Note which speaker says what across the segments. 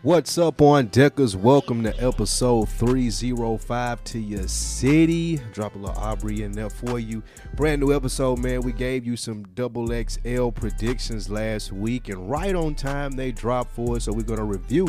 Speaker 1: What's up on Deckers? Welcome to episode 305 to your city. Drop a little Aubrey in there for you. Brand new episode, man. We gave you some double XL predictions last week, and right on time they dropped for us. So we're gonna review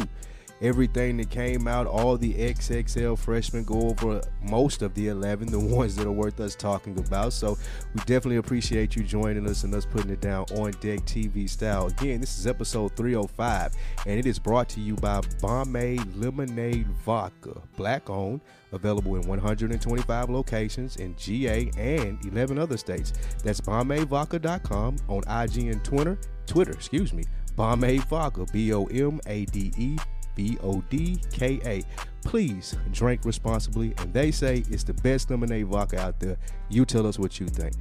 Speaker 1: everything that came out, all the XXL freshmen, go over most of the 11, the ones that are worth us talking about. So we definitely appreciate you joining us and us putting it down on deck TV style. Again, this is episode 305, and it is brought to you by Bombay Lemonade Vodka, black owned. Available in 125 locations in GA and 11 other states. That's BombayVodka.com on IG and Twitter. Twitter, excuse me. Bombay Vodka, B O M A D E B O D K A. Please drink responsibly. And they say it's the best lemonade vodka out there. You tell us what you think.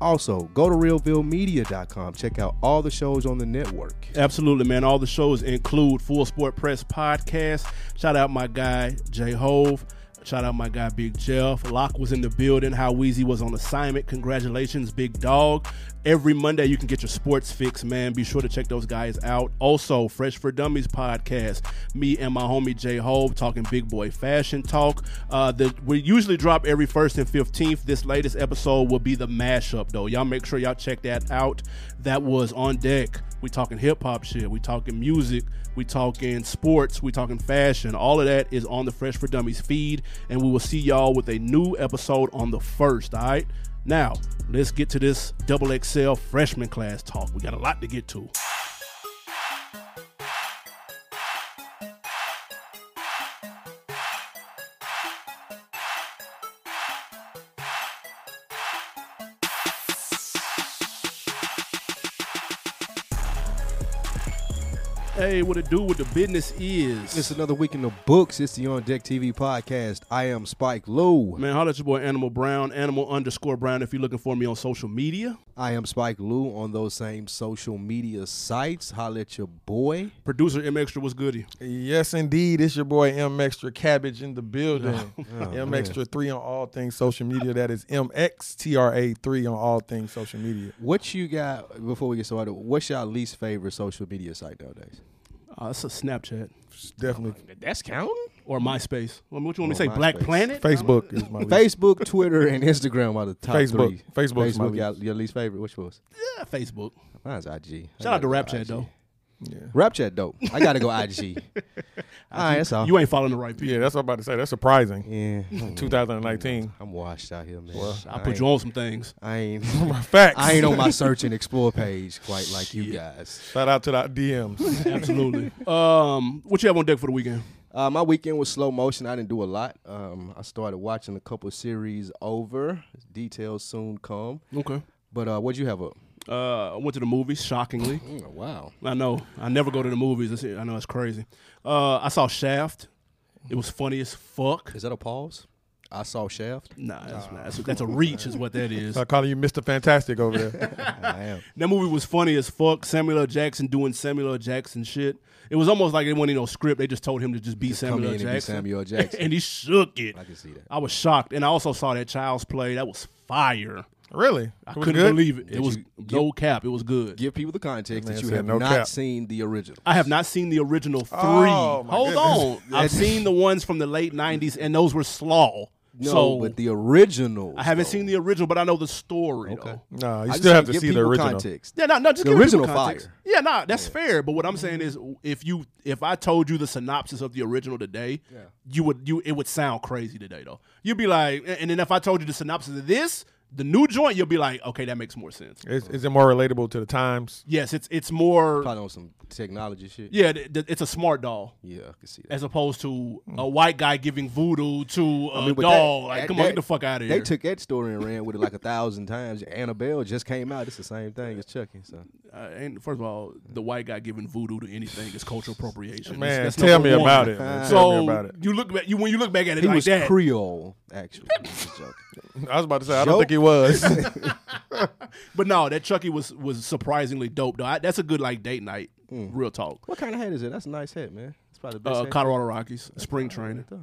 Speaker 1: Also, go to realvillemedia.com. Check out all the shows on the network.
Speaker 2: Absolutely, man. All the shows include Full Sport Press Podcast. Shout out my guy, J Hove. Shout out my guy, Big Jeff. Locke was in the building. How Weezy was on assignment. Congratulations, Big Dog. Every Monday, you can get your sports fix, man. Be sure to check those guys out. Also, Fresh for Dummies podcast. Me and my homie J Hope talking big boy fashion talk. Uh, the, we usually drop every first and fifteenth. This latest episode will be the mashup, though. Y'all make sure y'all check that out. That was on deck. We talking hip hop shit. We talking music. We talking sports. We talking fashion. All of that is on the Fresh for Dummies feed, and we will see y'all with a new episode on the first. All right. Now let's get to this double XL freshman class talk. We got a lot to get to. Hey, what it do? What the business is?
Speaker 1: It's another week in the books. It's the On Deck TV podcast. I am Spike Lou.
Speaker 2: Man, holla at your boy Animal Brown, Animal underscore Brown if you're looking for me on social media.
Speaker 1: I am Spike Lou on those same social media sites. Holla at your boy.
Speaker 2: Producer M Extra was goody.
Speaker 3: Yes, indeed. It's your boy M Extra Cabbage in the building. M Extra 3 on all things social media. That is MXTRA3 on all things social media.
Speaker 1: What you got before we get started? What's your least favorite social media site nowadays?
Speaker 2: Uh, that's a Snapchat
Speaker 3: It's definitely
Speaker 1: That's counting.
Speaker 2: or MySpace. I mean, what you want me to say?
Speaker 1: Or
Speaker 2: Black
Speaker 1: MySpace.
Speaker 2: Planet?
Speaker 3: Facebook is my least.
Speaker 1: Facebook, Twitter, and Instagram are the top
Speaker 3: Facebook.
Speaker 1: three.
Speaker 3: Facebook's my
Speaker 1: Facebook, your, your least favorite. Which was?
Speaker 2: Yeah, Facebook.
Speaker 1: Mine's IG. I
Speaker 2: Shout out
Speaker 1: gotta
Speaker 2: to
Speaker 1: go
Speaker 2: Rap Chat
Speaker 1: IG.
Speaker 2: though.
Speaker 3: Yeah.
Speaker 1: Rap Chat dope. I gotta go IG. all right, that's all.
Speaker 2: You ain't following the right people.
Speaker 3: yeah, that's what I'm about to say. That's surprising.
Speaker 1: yeah, I'm-
Speaker 3: 2019.
Speaker 1: I'm washed out here, man.
Speaker 2: I put you on some things.
Speaker 1: I ain't.
Speaker 3: Facts.
Speaker 1: I ain't on my search and explore page quite like you guys.
Speaker 3: Shout out to the DMs.
Speaker 2: Absolutely. um, what you have on deck for the weekend?
Speaker 1: Uh, my weekend was slow motion. I didn't do a lot. Um, I started watching a couple series over. Details soon come.
Speaker 2: Okay.
Speaker 1: But uh, what'd you have up?
Speaker 2: Uh, I went to the movies. Shockingly,
Speaker 1: Mm, wow.
Speaker 2: I know I never go to the movies. It's, I know it's crazy. Uh, I saw Shaft. It was funny as fuck.
Speaker 1: Is that a pause? I saw Shaft.
Speaker 2: Nah, that's, that's, that's a reach, is what that is.
Speaker 3: I call you Mr. Fantastic over there.
Speaker 1: I am.
Speaker 2: That movie was funny as fuck. Samuel L. Jackson doing Samuel L. Jackson shit. It was almost like they wanted no script. They just told him to just be
Speaker 1: Come
Speaker 2: Samuel L.
Speaker 1: in and be
Speaker 2: Jackson.
Speaker 1: Samuel Jackson.
Speaker 2: and he shook it.
Speaker 1: I can see that.
Speaker 2: I was shocked, and I also saw that Child's Play. That was fire.
Speaker 3: really?
Speaker 2: I
Speaker 3: It was
Speaker 2: couldn't
Speaker 3: good?
Speaker 2: believe it. it
Speaker 1: Did
Speaker 2: was
Speaker 1: you-
Speaker 2: no cap. It was good.
Speaker 1: Give people the context
Speaker 3: Man
Speaker 1: that you
Speaker 3: said
Speaker 1: have
Speaker 3: no
Speaker 1: not
Speaker 3: cap.
Speaker 1: seen the original.
Speaker 2: I have not seen the original three.
Speaker 3: Oh, my
Speaker 2: Hold
Speaker 3: goodness.
Speaker 2: on, I've seen the ones from the late '90s, and those were slaw.
Speaker 1: No,
Speaker 2: so
Speaker 1: but the original.
Speaker 2: I haven't seen the original, but I know the story.
Speaker 1: Okay.
Speaker 2: Though.
Speaker 3: Nah, you
Speaker 1: I
Speaker 3: still
Speaker 1: just
Speaker 3: have to
Speaker 1: give
Speaker 3: see the
Speaker 1: people
Speaker 3: original.
Speaker 1: Context.
Speaker 2: Yeah, no, no, just
Speaker 1: The
Speaker 2: give people
Speaker 1: original
Speaker 2: context.
Speaker 1: fire.
Speaker 2: Yeah, no, that's fair. But what I'm saying is,
Speaker 3: Mm-hmm.
Speaker 2: if you if I told you the synopsis of the original today, you would you it would sound crazy today though. You'd be like, and then if I told you the synopsis of this, the new joint, you'll be like, okay, that makes more sense.
Speaker 3: Is, is it more relatable to the times?
Speaker 2: Yes, it's it's more.
Speaker 1: Probably on some technology shit.
Speaker 2: Yeah, th- th- it's a smart doll.
Speaker 1: Yeah, I can see that.
Speaker 2: as opposed to a white guy giving voodoo to a
Speaker 1: Mm. mean, but
Speaker 2: dog.
Speaker 1: that-
Speaker 2: like,
Speaker 1: that-
Speaker 2: come
Speaker 1: that-
Speaker 2: on, get the fuck out of here.
Speaker 1: They took that story and ran with it like a thousand times. Annabelle just came out. It's the same thing as Chucky. So
Speaker 2: uh, and first of all, the white guy giving voodoo to anything is cultural appropriation.
Speaker 3: Man,
Speaker 2: That's- that's
Speaker 3: tell
Speaker 2: number
Speaker 3: me
Speaker 2: one.
Speaker 3: about it. man.
Speaker 2: So
Speaker 3: tell me about it.
Speaker 2: you look back, you when you look back at it
Speaker 1: he
Speaker 2: like
Speaker 1: was
Speaker 2: that,
Speaker 1: Creole, actually. Just joking.
Speaker 3: I was about to say, I don't
Speaker 1: Joke.
Speaker 3: think he was.
Speaker 2: but no, that Chucky was was surprisingly dope though. I, that's a good like date night,
Speaker 3: Hmm.
Speaker 2: real talk.
Speaker 1: What kind of hat is it? That's a nice hat, man. It's probably the best
Speaker 2: Uh,
Speaker 1: hat.
Speaker 2: Colorado Rockies spring training.
Speaker 1: though.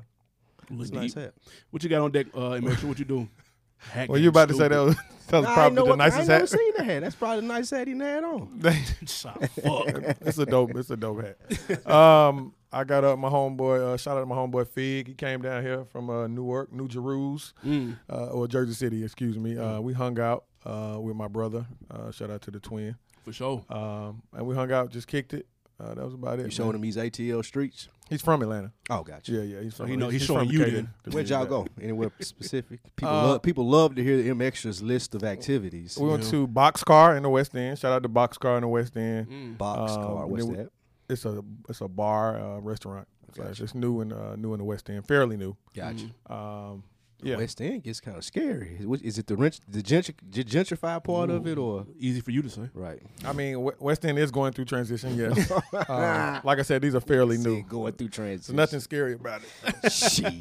Speaker 2: Look
Speaker 1: It's a nice
Speaker 2: deep.
Speaker 1: hat.
Speaker 2: What you got on deck, uh, Emil? What you doing?
Speaker 3: Well, you about to say that was, that was
Speaker 1: Nah, I
Speaker 3: probably
Speaker 1: know
Speaker 3: the
Speaker 1: what,
Speaker 3: nicest
Speaker 1: I ain't
Speaker 3: hat.
Speaker 1: never seen the hat. That's probably the nice hat he had on.
Speaker 2: that? fuck.
Speaker 3: it's a dope. It's a dope hat. Um, I got up my homeboy. Uh, shout out to my homeboy Fig. He came down here from uh, Newark, New Jerusalem,
Speaker 2: Mm,
Speaker 3: uh, or Jersey City. Excuse me. Uh, we hung out uh, with my brother. Uh, shout out to the twin.
Speaker 2: for sure.
Speaker 3: Um, and we hung out, just kicked it. Uh, that was about it.
Speaker 1: You
Speaker 3: man.
Speaker 1: showing him these ATL streets?
Speaker 3: He's from Atlanta.
Speaker 1: Oh, gotcha.
Speaker 3: Yeah, yeah. He's from.
Speaker 2: he know- he's
Speaker 3: from
Speaker 2: showing you
Speaker 3: Decatur.
Speaker 2: then.
Speaker 1: Where'd y'all go? Anywhere specific? People
Speaker 3: Uh,
Speaker 1: love people love to hear the M Extras list of activities.
Speaker 3: We went to Boxcar in the West End. Shout out to Boxcar in the West End.
Speaker 2: Mm.
Speaker 1: Box
Speaker 3: um,
Speaker 1: car, what's
Speaker 3: then we-
Speaker 1: that?
Speaker 3: It's a it's a bar uh, restaurant. So it's just new and uh, new in the West End, fairly new.
Speaker 1: Gotcha.
Speaker 3: Um, yeah,
Speaker 1: West End gets kind of scary. Is, what- is it the rent, the gentr- the gentrified part of it, or
Speaker 2: Easy for you to say.
Speaker 1: right?
Speaker 3: I mean W- West End is going through transition. Yes, Um, like I said, these are fairly new.
Speaker 1: going through
Speaker 3: So
Speaker 1: transit.
Speaker 3: nothing scary about it.
Speaker 1: Shit,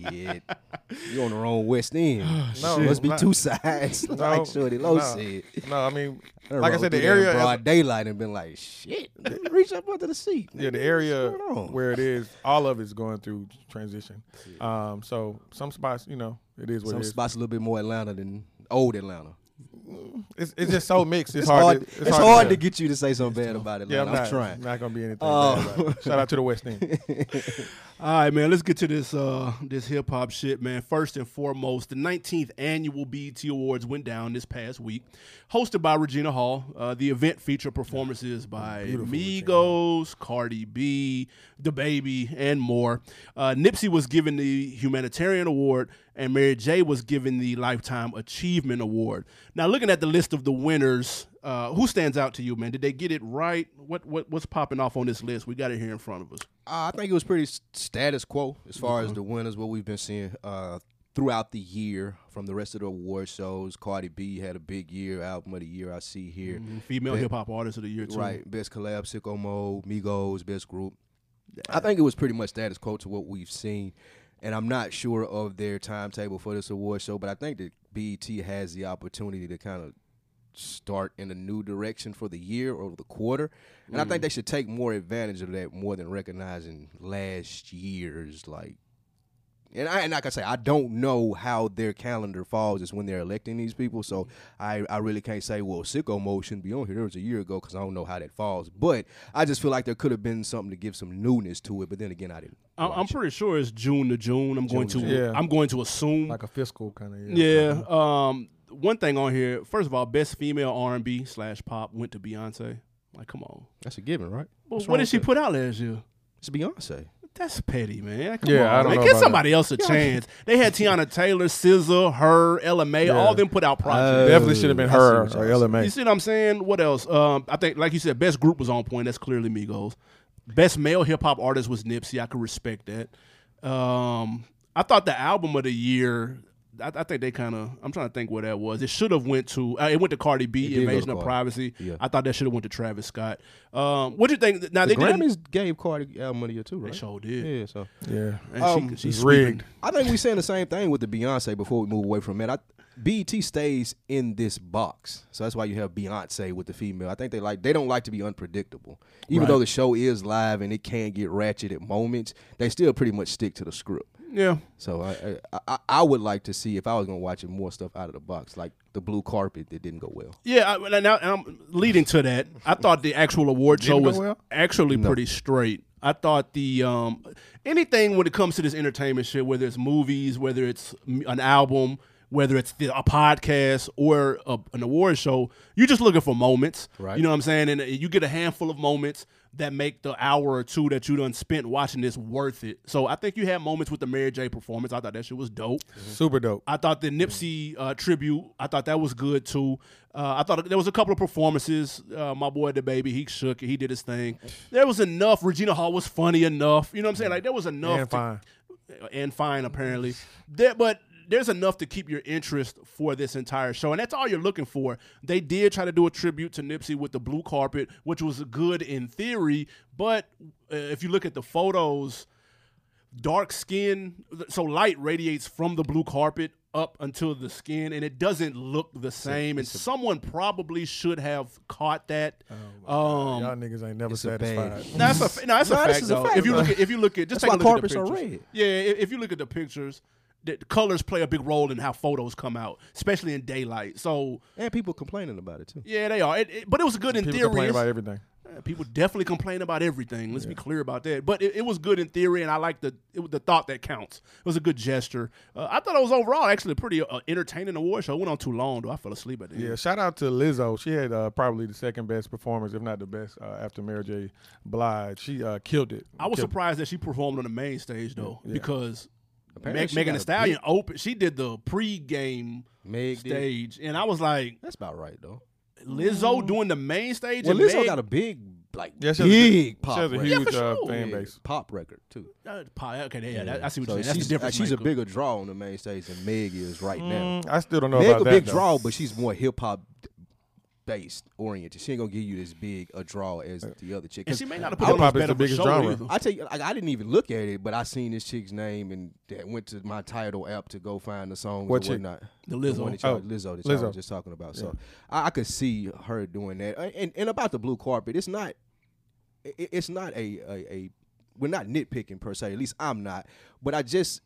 Speaker 1: you on the wrong West End.
Speaker 3: No,
Speaker 1: must be
Speaker 3: not-
Speaker 1: two sides.
Speaker 3: No,
Speaker 1: like Shorty Low
Speaker 3: no,
Speaker 1: said.
Speaker 3: No, I mean,
Speaker 1: Done
Speaker 3: like I
Speaker 1: rolled
Speaker 3: said, the
Speaker 1: through there in
Speaker 3: area,
Speaker 1: broad daylight and been like, shit, let me reach up under the seat.
Speaker 3: yeah, the
Speaker 1: nigga.
Speaker 3: area
Speaker 1: What's going on?
Speaker 3: where it is, all of it's going through transition. Um, so some spots, you know, it is what
Speaker 1: Some
Speaker 3: it is.
Speaker 1: spots a little bit more Atlanta than old Atlanta.
Speaker 3: It's, it's just so mixed. It's,
Speaker 1: It's
Speaker 3: hard.
Speaker 1: hard.
Speaker 3: to, it's, hard to,
Speaker 1: to get you to say something bad about Atlanta.
Speaker 3: Yeah, I'm,
Speaker 1: I'm,
Speaker 3: not,
Speaker 1: trying.
Speaker 3: Not gonna be anything.
Speaker 1: Oh.
Speaker 3: bad about it. Shout out to the West End.
Speaker 2: All right, man. Let's get to this uh this hip hop shit, man. First and foremost, the 19th annual BET Awards went down this past week, hosted by Regina Hall. Uh, the event featured performances by Migos, Cardi B, The Baby, and more. Uh, Nipsey was given the humanitarian award, and Mary J was given the lifetime achievement award. Now, looking at the list of the winners. Uh, who stands out to you, man? Did they get it right? What what what's popping off on this list? We got it here in front of us.
Speaker 1: Uh, I think it was pretty s- status quo as far
Speaker 3: Mm-hmm.
Speaker 1: as the winners, what we've been seeing uh, throughout the year from the rest of the award shows. Cardi B had a big year, album of the year I see here.
Speaker 3: Mm-hmm.
Speaker 2: Mm-hmm. Female hip hop artist of the year too.
Speaker 1: Right, best collab, Sicko Mode, Migos, best group. I think it was pretty much status quo to what we've seen, and I'm not sure of their timetable for this award show, but I think that BET has the opportunity to kind of start in a new direction for the year or the quarter, and I think they should take more advantage of that more than recognizing last year's like. And I and like I say, I don't know how their calendar falls is when they're electing these people, so I, I really can't say well sicko mode shouldn't be on here. There was a year ago because I don't know how that falls, but I just feel like there could have been something to give some newness to it. But then again, I didn't.
Speaker 2: I- I'm pretty sure it's June to June. I'm going to.
Speaker 3: June. Yeah.
Speaker 2: I'm going to assume.
Speaker 3: Like a fiscal kind of.
Speaker 2: yeah. Um. One thing on here. First of all, best female R&B slash pop went to Beyonce. Like, come on.
Speaker 1: That's a given, right?
Speaker 2: Well, what did she put out last year?
Speaker 1: It's Beyonce.
Speaker 2: That's petty, man. Come
Speaker 3: Yeah,
Speaker 2: on,
Speaker 3: I don't
Speaker 2: man.
Speaker 3: know
Speaker 2: Give
Speaker 3: about
Speaker 2: somebody else a chance. They had Tiana Taylor, SZA, her, LMA, all them put out projects.
Speaker 3: Definitely should have been
Speaker 1: I see
Speaker 3: her or
Speaker 1: what y'all
Speaker 2: you
Speaker 3: LMA.
Speaker 2: see what I'm saying? What else? Um, I think, like you said, best group was on point. That's clearly Migos. Best male hip hop artist was Nipsey. I could respect that. Um, I thought the album of the year. I, I think they kind of. I'm trying to think what that was. It should have went to. Uh, it went to Cardi
Speaker 1: It
Speaker 2: B.
Speaker 1: did go to
Speaker 2: Invasion of
Speaker 1: Cardi.
Speaker 2: Privacy.
Speaker 1: Yeah.
Speaker 2: I thought that should have went to Travis Scott. Um, what do you think? Now
Speaker 1: The
Speaker 2: they did.
Speaker 1: Grammys gave Cardi uh, album of the year too,
Speaker 2: They
Speaker 1: right?
Speaker 2: sure did.
Speaker 1: Yeah, so
Speaker 3: Yeah.
Speaker 2: And
Speaker 1: Um,
Speaker 2: she, she's
Speaker 3: it's rigged.
Speaker 1: I think we're saying the same thing with the Beyonce before we move away from that. I, BET stays in this box, so that's why you have Beyonce with the female. I think they like they don't like to be unpredictable, even though the show is live and it can get ratchet at moments. They still pretty much stick to the script.
Speaker 2: Yeah.
Speaker 1: So I I, I, I would like to see if I was gonna watch it more stuff out of the box, like the blue carpet that didn't go well.
Speaker 2: Yeah, I, and, I, and I'm leading to that. I thought the actual award show
Speaker 3: Didn't go
Speaker 2: was
Speaker 3: well?
Speaker 2: actually pretty straight. I thought the um, anything when it comes to this entertainment shit, whether it's movies, whether it's m- an album, whether it's the, a podcast or a, an award show, you're just looking for moments.
Speaker 1: Right.
Speaker 2: You know what I'm saying? And uh, you get a handful of moments that make the hour or two that you done spent watching this worth it. So I think you had moments with the Mary J performance. I thought that shit was dope.
Speaker 3: Super dope.
Speaker 2: I thought the Nipsey uh, tribute. I thought that was good too. Uh, I thought there was a couple of performances. Uh, my boy the baby, he shook. it. He did his thing. There was enough. Regina Hall was funny enough. You know what I'm saying? Like there was enough.
Speaker 3: And
Speaker 2: to-
Speaker 3: fine.
Speaker 2: and fine apparently. There, but there's enough to keep your interest for this entire show, and that's all you're looking for. They did try to do a tribute to Nipsey with the blue carpet, which was good in theory, but uh, if you look at the photos dark skin so light radiates from the blue carpet up until the skin and it doesn't look the same and someone probably should have caught that um
Speaker 3: Y'all niggas ain't never
Speaker 1: a bad-
Speaker 3: satisfied.
Speaker 2: that's a no, that's a
Speaker 1: No, this
Speaker 2: fact,
Speaker 1: is a
Speaker 2: though.
Speaker 1: fact,
Speaker 2: if you
Speaker 1: bro.
Speaker 2: look at if you look at just
Speaker 1: That's
Speaker 2: take a
Speaker 1: why
Speaker 2: look at the
Speaker 1: carpets are
Speaker 2: pictures.
Speaker 1: red.
Speaker 2: Yeah, i- if you look at the pictures, the the colors play a big role in how photos come out, especially in daylight. So
Speaker 1: And people complaining about it too.
Speaker 2: yeah, they are. It, it- but it was good in
Speaker 3: People
Speaker 2: theory.
Speaker 3: complain
Speaker 2: It's-
Speaker 3: about everything.
Speaker 2: Uh, people definitely complain about everything. Let's be clear about that. But it, it was good in theory, and I like the it, was the thought that counts. It was a good gesture. Uh, I thought it was overall actually a pretty uh, entertaining award show. It went on too long though. I fell asleep at the
Speaker 3: Yeah,
Speaker 2: end.
Speaker 3: shout out to Lizzo. She had uh, probably the second best performance, if not the best, uh, after Mary J. Blige. She uh, killed it.
Speaker 2: I was
Speaker 3: Killed
Speaker 2: surprised that she performed on the main stage though, because
Speaker 1: Apparently
Speaker 2: Meg,
Speaker 1: she
Speaker 2: Megan
Speaker 1: got
Speaker 2: Thee
Speaker 1: a
Speaker 2: Stallion opened. She did the pre-game
Speaker 1: Meg did.
Speaker 2: stage, and I was like,
Speaker 1: That's about right though.
Speaker 2: Lizzo doing the main stage.
Speaker 1: Well,
Speaker 2: and
Speaker 1: Lizzo
Speaker 2: Meg-
Speaker 1: got a big like
Speaker 3: Yeah, she has a- she
Speaker 1: big pop
Speaker 3: has a
Speaker 1: record.
Speaker 3: huge
Speaker 2: Yeah,
Speaker 3: uh,
Speaker 2: for sure.
Speaker 3: fan
Speaker 1: Yeah,
Speaker 3: base.
Speaker 1: Pop record too.
Speaker 2: Uh, pie- okay, yeah, that- I see what
Speaker 1: So
Speaker 2: you're saying. That's
Speaker 1: she's,
Speaker 2: the difference. Mm.
Speaker 1: uh, she's a
Speaker 2: maker.
Speaker 1: bigger draw on the main stage than Meg is right now.
Speaker 3: I still don't know
Speaker 1: Meg
Speaker 3: about
Speaker 1: a
Speaker 3: that.
Speaker 1: big
Speaker 3: though.
Speaker 1: draw, but she's more hip hop based oriented. She ain't gonna give you this big a draw as the other chick.
Speaker 2: and
Speaker 1: 'Cause
Speaker 2: she may not have
Speaker 1: I
Speaker 2: put on
Speaker 1: was-
Speaker 2: as
Speaker 3: Hip-hop is
Speaker 2: better
Speaker 3: the
Speaker 2: of a
Speaker 3: biggest
Speaker 2: show
Speaker 3: genre.
Speaker 2: either.
Speaker 1: I tell you, like I didn't even look at it, but I seen this chick's name and that went to my title app to go find the songs
Speaker 3: What
Speaker 1: or
Speaker 3: chick?
Speaker 1: whatnot.
Speaker 2: The
Speaker 1: The one
Speaker 2: Lizzo.
Speaker 1: that y'all,
Speaker 3: Oh,
Speaker 1: Lizzo that y'all
Speaker 3: Lizzo.
Speaker 1: was just talking about. So I, I could see her doing that. Uh, And and about the blue carpet, it's not i- i- it's not a, a a we're not nitpicking per se. At least I'm not. But I just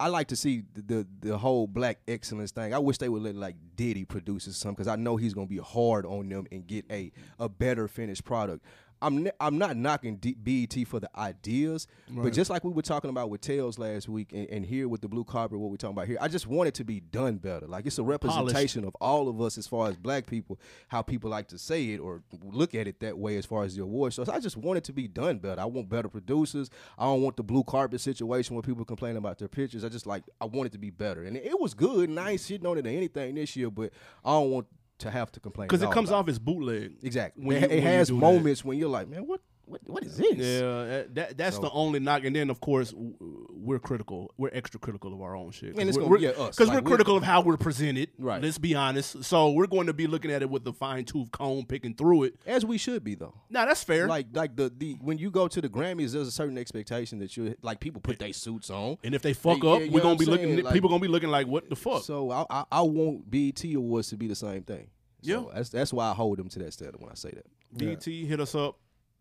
Speaker 1: I like to see the the, the whole black excellence thing. I wish they would let like Diddy produce or something because I know he's gonna be hard on them and get a a better finished product. I'm n- I'm not knocking D- BET for the ideas, but just like we were talking about with Tails last week and, and here with the blue carpet, what we're talking about here, I just want it to be done better. Like it's a representation of all of us as far as black people, how people like to say it or look at it that way as far as the award shows. I just want it to be done better. I want better producers. I don't want the blue carpet situation where people complain about their pictures. I just like I want it to be better. And it was good and I ain't shitting on it or anything this year, but I don't want to have to complain.
Speaker 2: Because
Speaker 1: at
Speaker 2: Uh, it
Speaker 1: all
Speaker 2: comes
Speaker 1: about
Speaker 2: off as bootleg.
Speaker 1: Exactly.
Speaker 2: When
Speaker 1: it
Speaker 2: you-
Speaker 1: it
Speaker 2: when you
Speaker 1: has
Speaker 2: do that.
Speaker 1: moments when you're like, man, what what what is this?
Speaker 2: Yeah, uh, that, that's the only knock. And then, of course, w- we're critical. We're extra critical of our own shit.
Speaker 1: And it's
Speaker 2: we're,
Speaker 1: gonna be at us.
Speaker 2: Because
Speaker 1: Like,
Speaker 2: we're
Speaker 1: we're-
Speaker 2: critical of how we're presented.
Speaker 1: Right.
Speaker 2: Let's be honest. So we're going to be looking at it with a fine tooth comb, picking through it.
Speaker 1: As we should be though.
Speaker 2: Now, that's fair.
Speaker 1: Like like the, the when you go to the Grammys, there's a certain expectation that you like people put their suits on.
Speaker 2: and if they fuck
Speaker 1: Yeah,
Speaker 2: up,
Speaker 1: yeah, you
Speaker 2: we're
Speaker 1: know
Speaker 2: going
Speaker 1: what
Speaker 2: to be
Speaker 1: I'm
Speaker 2: looking,
Speaker 1: saying? Like-
Speaker 2: people going to be looking like, what the fuck?
Speaker 1: So I, I I want BET awards to be the same thing. So
Speaker 2: Yeah.
Speaker 1: that's that's why I hold them to that standard when I say that.
Speaker 2: DT hit us up.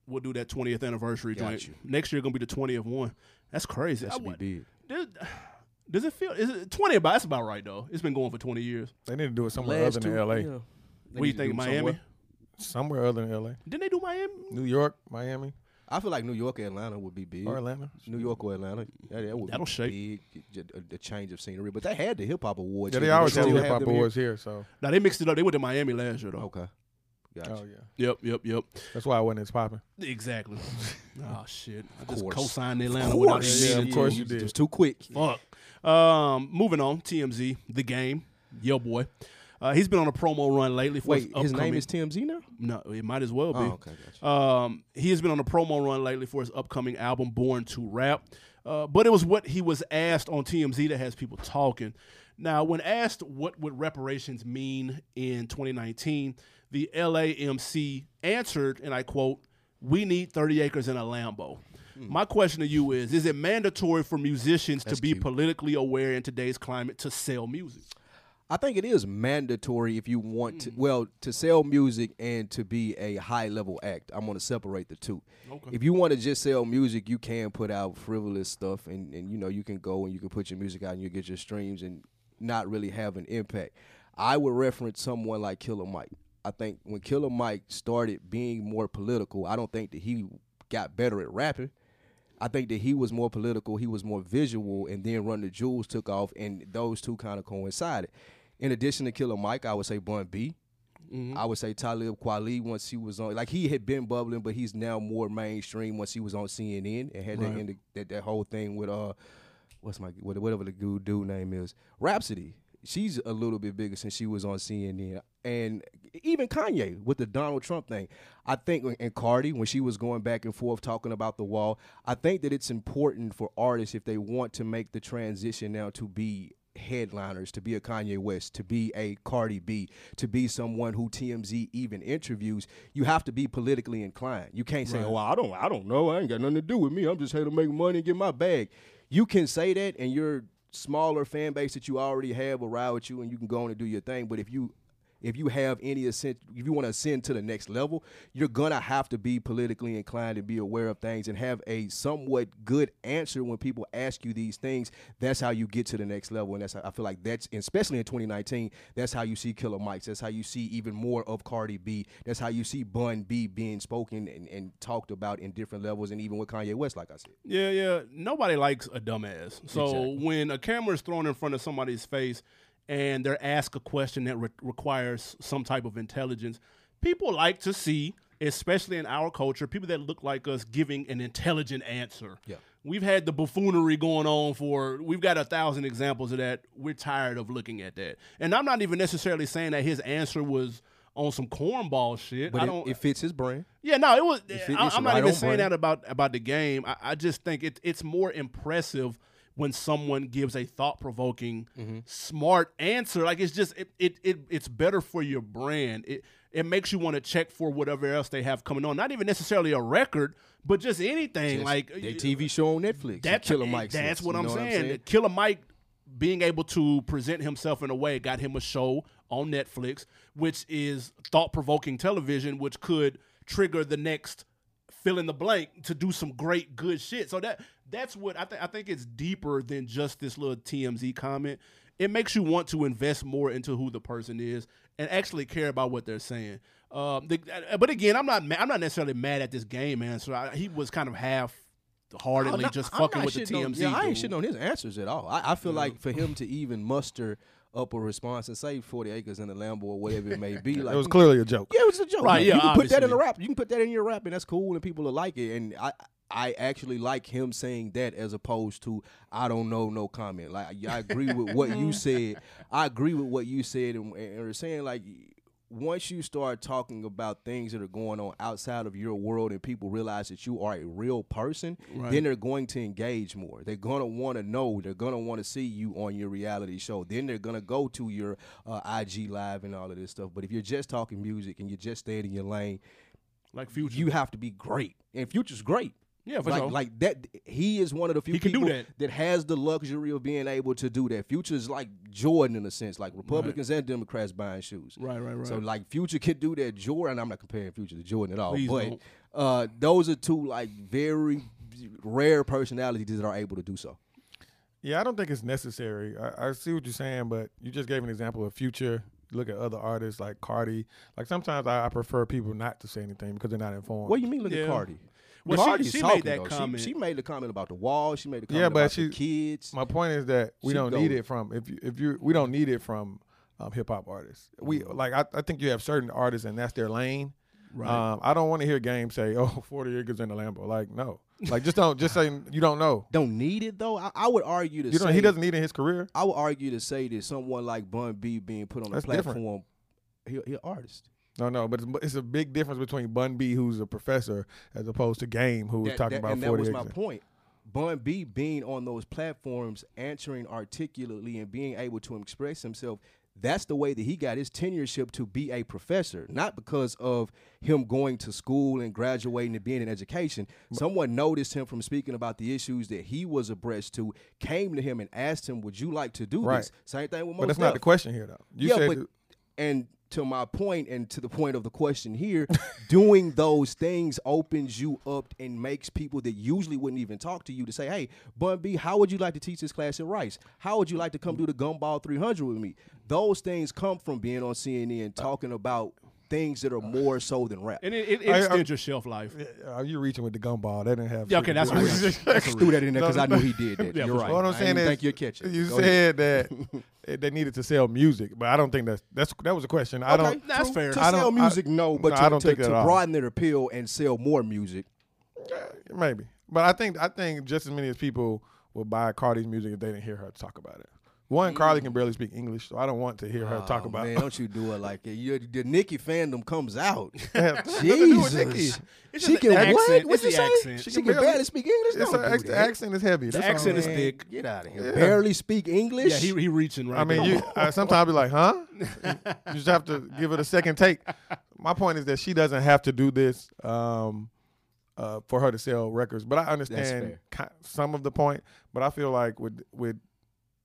Speaker 2: We'll do that 20th anniversary
Speaker 1: Got
Speaker 2: joint.
Speaker 1: you.
Speaker 2: Next year gonna be the 20th one. That's crazy.
Speaker 1: That
Speaker 2: I
Speaker 1: should be
Speaker 2: wa-
Speaker 1: big.
Speaker 2: Does, does it feel? Is it 20? About that's about right though. It's been going for 20 years.
Speaker 3: They need to do it somewhere other than L.A.
Speaker 2: What do you think, Miami?
Speaker 3: Somewhere other than L.A.
Speaker 2: Didn't they do Miami?
Speaker 3: New York, Miami,
Speaker 1: I feel like New York, or Atlanta would be big.
Speaker 3: or Atlanta.
Speaker 1: New York or Atlanta, that, that would
Speaker 2: That'll
Speaker 1: be
Speaker 2: shape.
Speaker 1: big. j- A, a change of scenery, but they had the hip hop awards.
Speaker 3: Yeah,
Speaker 1: here,
Speaker 3: they
Speaker 1: but
Speaker 3: always
Speaker 1: still
Speaker 3: have hip hop
Speaker 1: them here.
Speaker 3: boys here, so
Speaker 2: Now they mixed it up. They went to Miami last year though.
Speaker 1: Okay, gotcha.
Speaker 3: oh yeah,
Speaker 2: Yep, yep, yep.
Speaker 3: that's why I wasn't as popping.
Speaker 2: Exactly. oh shit. I just
Speaker 1: course.
Speaker 2: co-signed Atlanta without
Speaker 1: course.
Speaker 2: even
Speaker 3: Yeah, of
Speaker 2: needing
Speaker 3: course
Speaker 2: to.
Speaker 3: you did.
Speaker 1: It was too quick.
Speaker 2: Fuck. Um, moving on. TMZ, the game. Yo boy. Uh, he's been on a promo run lately. For
Speaker 1: Wait, his name
Speaker 2: upcoming-
Speaker 1: is Tim Z now.
Speaker 2: No, it might as well be.
Speaker 1: Oh, okay, gotcha.
Speaker 2: Um, he has been on a promo run lately for his upcoming album, Born to Rap. Uh, but it was what he was asked on TMZ that has people talking. Now, when asked what would reparations mean in 2019, the LAMC answered, and I quote, "We need 30 acres and a Lambo." My question to you is: Is it mandatory for musicians to be politically aware in today's climate to sell music?
Speaker 1: I think it is mandatory if you want to well to sell music and to be a high level act. I'm going to separate the two. If you want to just sell music, you can put out frivolous stuff and and you know you can go and you can put your music out and you get your streams and not really have an impact. I would reference someone like Killer Mike. I think when Killer Mike started being more political, I don't think that he got better at rapping. I think that he was more political, he was more visual, and then Run the Jewels took off, and those two kind of coincided. In addition to Killer Mike, I would say Bun B. I would say Talib Kweli once he was on, like he had been bubbling, but he's now more mainstream once he was on CNN and had that, end that that whole thing with uh, what's my what- whatever the dude dude name is, Rhapsody. She's a little bit bigger since she was on CNN, and even Kanye with the Donald Trump thing. I think when- and Cardi when she was going back and forth talking about the wall. I think that it's important for artists if they want to make the transition now to be headliners, to be a Kanye West, to be a Cardi B, to be someone who TMZ even interviews, you have to be politically inclined. You can't say, "Oh, I don't, I don't know. I ain't got nothing to do with me. I'm just here to make money and get my bag." You can say that, and your smaller fan base that you already have will ride with you, and you can go on and do your thing. But if you if you have any ascent, if you want to ascend to the next level, you're gonna have to be politically inclined and be aware of things and have a somewhat good answer when people ask you these things. That's how you get to the next level, and that's how, I feel like that's especially in 2019. That's how you see Killer Mike's. That's how you see even more of Cardi B. That's how you see Bun B being spoken and, and talked about in different levels, and even with Kanye West, like I said.
Speaker 2: Yeah, yeah. Nobody likes a dumbass. So
Speaker 1: Exactly.
Speaker 2: when a camera is thrown in front of somebody's face and they're asked a question that re- requires some type of intelligence, people like to see, especially in our culture, people that look like us giving an intelligent answer.
Speaker 1: Yeah.
Speaker 2: We've had the buffoonery going on for, we've got a thousand examples of that. We're tired of looking at that. And I'm not even necessarily saying that his answer was on some cornball shit.
Speaker 1: But
Speaker 2: I
Speaker 1: it-
Speaker 2: don't,
Speaker 1: it fits his brand.
Speaker 2: yeah, no, it was. eh,
Speaker 1: It's- it's
Speaker 2: I, am not
Speaker 1: right
Speaker 2: even
Speaker 1: on
Speaker 2: saying
Speaker 1: brand.
Speaker 2: that about about the game. I, I just think it, it's more impressive when someone gives a thought provoking,
Speaker 1: Mm-hmm.
Speaker 2: smart answer. Like it's just it, it it it's better for your brand. It it makes you want to check for whatever else they have coming on. Not even necessarily a record, but just anything
Speaker 1: It's
Speaker 2: like uh,
Speaker 1: their TV show on Netflix.
Speaker 2: That's
Speaker 1: Killer Mike's.
Speaker 2: eh, That's
Speaker 1: is,
Speaker 2: what,
Speaker 1: you
Speaker 2: I'm,
Speaker 1: know
Speaker 2: saying. Killer Mike being able to present himself in a way got him a show on Netflix, which is thought provoking television, which could trigger the next fill in the blank to do some great good shit. So that that's what I think. I think it's deeper than just this little TMZ comment. It makes you want to invest more into who the person is and actually care about what they're saying. Um, the, uh, but again, I'm not ma- I'm not necessarily mad at this game, man. So I, he was kind of half
Speaker 1: Oh,
Speaker 2: heartedly
Speaker 1: no,
Speaker 2: just
Speaker 1: I'm
Speaker 2: fucking
Speaker 1: not
Speaker 2: with the
Speaker 1: shitting
Speaker 2: TMZ.
Speaker 1: On, yeah, I ain't
Speaker 2: dude.
Speaker 1: shitting on his answers at all. I, I feel like for him to even muster up a response and say 40 acres in a Lambo or whatever it may be, like mm,
Speaker 3: It was clearly a joke.
Speaker 1: Yeah, it was a joke.
Speaker 2: Right,
Speaker 1: You-
Speaker 2: yeah,
Speaker 1: you can put that in
Speaker 2: obviously.
Speaker 1: a rap. You can put that in your rap, and that's cool, and people will like it. And I, I actually like him saying that as opposed to I don't know, no comment. Like I agree with what you said. I agree with what you said, and, and and saying like. Once you start talking about things that are going on outside of your world and people realize that you are a real person, then they're going to engage more. They're going to want to know. They're going to want to see you on your reality show. Then they're going to go to your uh, IG live and all of this stuff. But if you're just talking music and you're just staying in your lane,
Speaker 2: like Future.
Speaker 1: you have to be great. And Future's great.
Speaker 2: Yeah, for
Speaker 1: like,
Speaker 2: sure.
Speaker 1: like that. He is one of the few
Speaker 2: He can do
Speaker 1: people
Speaker 2: that.
Speaker 1: has the luxury of being able to do that. Future's like Jordan in a sense, like Republicans and Democrats buying shoes.
Speaker 2: Right, right, right.
Speaker 1: So like Future can do that. Jordan, I'm not comparing Future to Jordan at all,
Speaker 2: Please
Speaker 1: but
Speaker 2: don't.
Speaker 1: uh, those are two like very rare personalities that are able to do so.
Speaker 3: Yeah, I don't think it's necessary. I, I see what you're saying, but you just gave an example of future. Look at other artists like Cardi. Like sometimes I, I prefer people not to say anything because they're not informed.
Speaker 1: What do you mean? Look
Speaker 2: Yeah.
Speaker 1: at Cardi.
Speaker 2: Well, she-
Speaker 1: Cardi's
Speaker 2: she made
Speaker 1: talking,
Speaker 2: that
Speaker 1: though.
Speaker 2: comment.
Speaker 1: She, she made the comment about the wall. She made the comment
Speaker 3: Yeah, but
Speaker 1: about
Speaker 3: she-
Speaker 1: the kids.
Speaker 3: My point is that we
Speaker 1: She
Speaker 3: don't need
Speaker 1: goes.
Speaker 3: it from if you, if you we don't need it from um, hip hop artists. We
Speaker 1: Mm-hmm.
Speaker 3: like I, I think you have certain artists and that's their lane. Right. Um, I don't want to hear Game say, "Oh, 40 acres in the Lambo." Like no, like just don't just say you don't know.
Speaker 1: don't need it though. I, I would argue to
Speaker 3: You don't.
Speaker 1: say
Speaker 3: He doesn't need it in his career.
Speaker 1: I would argue to say that someone like Bun B being put on a
Speaker 3: That's different.
Speaker 1: platform, he, he an artist.
Speaker 3: No, no, but it's, it's a big difference between Bun B, who's a professor, as opposed to Game, who was
Speaker 1: That-
Speaker 3: talking
Speaker 1: that-
Speaker 3: about
Speaker 1: and that
Speaker 3: 40
Speaker 1: was my
Speaker 3: acres.
Speaker 1: point. Bun B being on those platforms, answering articulately and being able to express himself. That's the way that he got his tenureship to be a professor, not because of him going to school and graduating and being in education. Someone noticed him from speaking about the issues that he was abreast to, came to him and asked him, "Would you like to do
Speaker 3: Right.
Speaker 1: this?" Same thing with
Speaker 3: But
Speaker 1: Mos
Speaker 3: that's not
Speaker 1: Def.
Speaker 3: the question here, though. You
Speaker 1: yeah,
Speaker 3: said
Speaker 1: but and to my point and to the point of the question here, doing those things opens you up and makes people that usually wouldn't even talk to you to say, "Hey, Bun B, how would you like to teach this class at Rice? How would you like to come do the Gumball 300 with me?" Those things come from being on CNN talking about things that are more so than rap.
Speaker 2: and it, it, it
Speaker 3: I- I-
Speaker 2: extends your shelf life.
Speaker 3: uh, are you reaching with the gumball? That didn't have.
Speaker 2: Yeah, okay,
Speaker 3: shit to
Speaker 2: that's what
Speaker 3: do with
Speaker 2: I
Speaker 3: it.
Speaker 1: I just threw that in there because I knew he did that.
Speaker 2: Yeah,
Speaker 1: you're
Speaker 2: for
Speaker 1: right.
Speaker 2: sure.
Speaker 3: What I'm
Speaker 1: I
Speaker 3: saying
Speaker 1: didn't
Speaker 3: is,
Speaker 1: think you'd catch it.
Speaker 3: you
Speaker 1: Go ahead.
Speaker 3: said that it- they needed to sell music, but I don't think that's that's that was a question. I don't.
Speaker 2: That's fair.
Speaker 1: To
Speaker 3: I
Speaker 1: sell
Speaker 3: don't- I-
Speaker 1: music, no, but
Speaker 3: no,
Speaker 1: to,
Speaker 3: I don't
Speaker 1: to,
Speaker 3: think that
Speaker 1: to
Speaker 3: at all.
Speaker 1: broaden their appeal and sell more music.
Speaker 3: Maybe, but I think I think just as many as people will buy Cardi's music if they didn't hear her talk about it. One, Cardi can barely speak English, so I don't want to hear her talk
Speaker 1: Mm. Oh,
Speaker 3: about.
Speaker 1: Man, don't you do it like that. Your, your Nicki fandom comes out.
Speaker 3: with
Speaker 1: Jesus.
Speaker 3: Nicki.
Speaker 2: It's
Speaker 1: She
Speaker 2: just
Speaker 1: can
Speaker 2: the
Speaker 1: what?
Speaker 2: accent.
Speaker 1: What
Speaker 2: It's
Speaker 1: you
Speaker 2: the
Speaker 1: say?
Speaker 2: accent.
Speaker 1: She,
Speaker 3: She
Speaker 1: can
Speaker 3: can
Speaker 1: barely,
Speaker 3: barely-
Speaker 1: speak English.
Speaker 3: It's
Speaker 1: Don't
Speaker 3: her
Speaker 1: do
Speaker 3: ex- the
Speaker 1: that.
Speaker 3: accent is heavy.
Speaker 2: The
Speaker 3: That's all.
Speaker 2: accent is
Speaker 1: Man,
Speaker 2: thick.
Speaker 1: Get out of here.
Speaker 3: Yeah.
Speaker 1: Barely speak English.
Speaker 2: Yeah, he, he reaching right.
Speaker 3: I mean,
Speaker 2: there.
Speaker 3: you I sometimes be like, huh? you just have to give it a second take. My point is that she doesn't have to do this um, uh, for her to sell records, but I understand ki- some of the point. But I feel like with with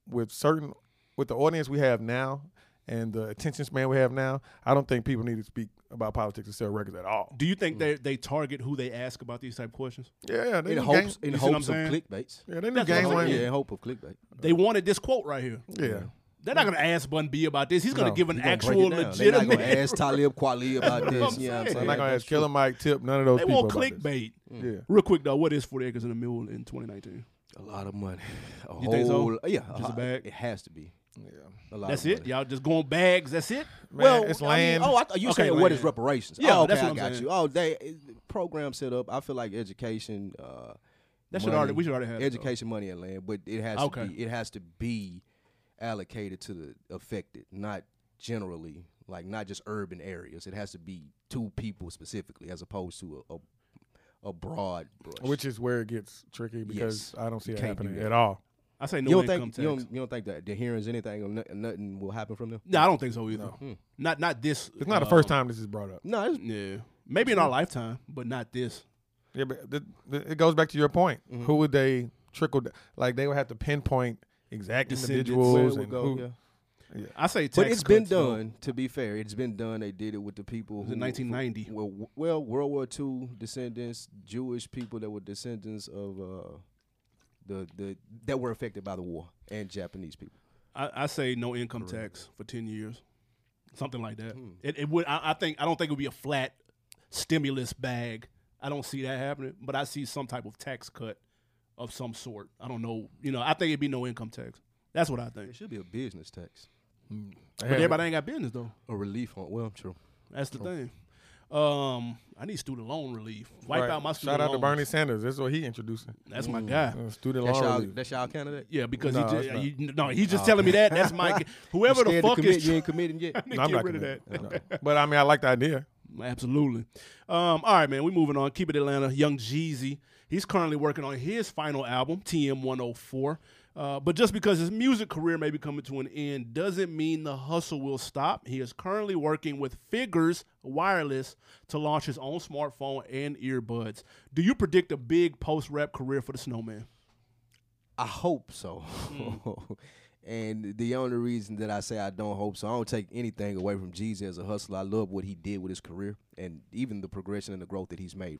Speaker 3: with certain with the audience we have now and the attention span we have now, I don't think people need to speak about politics and sell records at all.
Speaker 2: Do you think they they target who they ask about these type of questions?
Speaker 3: Yeah,
Speaker 1: in
Speaker 3: they knew
Speaker 1: hopes in
Speaker 3: game,
Speaker 2: You see what
Speaker 1: hopes of
Speaker 2: I'm saying?
Speaker 1: clickbaits.
Speaker 3: yeah, they knew
Speaker 2: That's what I'm
Speaker 3: game
Speaker 2: saying.
Speaker 3: one.
Speaker 1: Yeah,
Speaker 3: Yeah,
Speaker 1: in hope of clickbait.
Speaker 2: They wanted this quote right here.
Speaker 3: yeah.
Speaker 2: They're not gonna ask Bun B about this. He's gonna
Speaker 3: No,
Speaker 2: give an
Speaker 1: They gonna break
Speaker 2: actual
Speaker 1: it down. They not
Speaker 2: legitimate.
Speaker 1: gonna ask Talib Kweli about
Speaker 2: what
Speaker 1: this.
Speaker 2: I'm
Speaker 1: You know what I'm
Speaker 2: saying.
Speaker 3: They're
Speaker 1: saying?
Speaker 3: not gonna
Speaker 1: That's
Speaker 3: ask Killer Mike, Tip, none of those
Speaker 2: They
Speaker 3: people.
Speaker 2: want
Speaker 3: about this.
Speaker 2: clickbait.
Speaker 3: Yeah.
Speaker 2: Real quick though, what is Forty Acres in a Mule in 2019?
Speaker 1: A lot of money. A
Speaker 2: You
Speaker 1: whole
Speaker 2: think so?
Speaker 1: yeah,
Speaker 2: Just a bag?
Speaker 1: It has to be.
Speaker 3: Yeah.
Speaker 1: A lot
Speaker 2: That's
Speaker 1: of
Speaker 2: it.
Speaker 1: money.
Speaker 2: Y'all just going bags. That's it.
Speaker 3: Man, it's land.
Speaker 1: I mean, oh, I thought you
Speaker 2: Okay,
Speaker 1: said what
Speaker 2: land.
Speaker 1: is reparations?
Speaker 2: Yeah,
Speaker 1: oh, okay,
Speaker 2: that's what
Speaker 1: I
Speaker 2: I'm
Speaker 1: got
Speaker 2: saying.
Speaker 1: you. Oh, they it- program set up. I feel like education. Uh,
Speaker 2: That should
Speaker 1: money-
Speaker 2: already we should already have that, though.
Speaker 1: education, money, and land, but it has
Speaker 2: Okay.
Speaker 1: to be it has to be allocated to the affected, not generally like not just urban areas. It has to be to people specifically, as opposed to a, a, a broad brush.
Speaker 3: Which is where it gets tricky because
Speaker 1: Yes.
Speaker 3: I don't see
Speaker 1: You
Speaker 3: it
Speaker 1: can't do
Speaker 3: happening
Speaker 1: that.
Speaker 3: at all.
Speaker 2: I say
Speaker 1: you
Speaker 2: no
Speaker 1: don't think
Speaker 2: income tax.
Speaker 1: you don't, you don't think that the hearings anything or nothing, nothing will happen from them?
Speaker 2: No, I don't think so either.
Speaker 1: Hmm.
Speaker 2: Not not this. uh,
Speaker 3: It's not the first
Speaker 1: Um,
Speaker 3: time this is brought up.
Speaker 1: No, it's,
Speaker 2: Yeah, maybe in our lifetime, but not this.
Speaker 3: Yeah, but the, the, it goes back to your point.
Speaker 1: Mm-hmm.
Speaker 3: Who would they trickle? d- Like they would have to pinpoint exact
Speaker 2: Descendants.
Speaker 1: where it
Speaker 3: individuals
Speaker 1: would
Speaker 3: and
Speaker 1: go,
Speaker 3: who.
Speaker 1: yeah.
Speaker 2: I say, tax
Speaker 1: But it's been
Speaker 2: cuts, though.
Speaker 1: done. To be fair, it's been done. They did it with the people.
Speaker 2: was in
Speaker 1: who-
Speaker 2: 1990.
Speaker 1: Well, w- well, World War II descendants, Jewish people that were descendants of uh, the the that were affected by the war, and Japanese people.
Speaker 2: I, I say no income tax for ten years, something like that.
Speaker 1: Hmm.
Speaker 2: It, it would. I, I think. I don't think it would be a flat stimulus bag. I don't see that happening, but I see some type of tax cut of some sort. I don't know. You know, I think it'd be no income tax. That's what I think.
Speaker 1: It should be a business tax,
Speaker 3: They
Speaker 2: But
Speaker 3: have-
Speaker 2: everybody ain't got business though.
Speaker 1: a relief on. Well, true.
Speaker 2: That's the thing. Um, I need student loan relief. Wipe
Speaker 3: right.
Speaker 2: out my student
Speaker 3: Shout out to
Speaker 2: loans.
Speaker 3: Bernie Sanders. That's what he introducing.
Speaker 2: That's
Speaker 1: Mm.
Speaker 2: my guy.
Speaker 3: Uh, student
Speaker 1: That's
Speaker 3: loan
Speaker 1: y'all.
Speaker 3: relief.
Speaker 1: That's y'all candidate.
Speaker 2: Yeah, because
Speaker 3: No,
Speaker 2: he
Speaker 3: it's not.
Speaker 2: just, you, no, he's just telling me that. That's my whoever
Speaker 1: You
Speaker 2: the
Speaker 1: scared to
Speaker 2: fuck
Speaker 1: commit,
Speaker 2: is.
Speaker 1: you ain't committed yet.
Speaker 2: trying to
Speaker 3: No, I'm
Speaker 2: get
Speaker 3: not
Speaker 2: rid of
Speaker 3: committed.
Speaker 2: that.
Speaker 3: No. But I mean, I like the idea.
Speaker 2: Absolutely. Um, all right, man. We moving on. Keep it Atlanta. Young Jeezy. He's currently working on his final album, TM104. Uh, but just because his music career may be coming to an end doesn't mean the hustle will stop. He is currently working with Figures Wireless to launch his own smartphone and earbuds. Do you predict a big post rap career for the Snowman?
Speaker 1: I hope so.
Speaker 2: Mm.
Speaker 1: and the only reason that I say I don't hope so, I don't take anything away from Jeezy as a hustler. I love what he did with his career and even the progression and the growth that he's made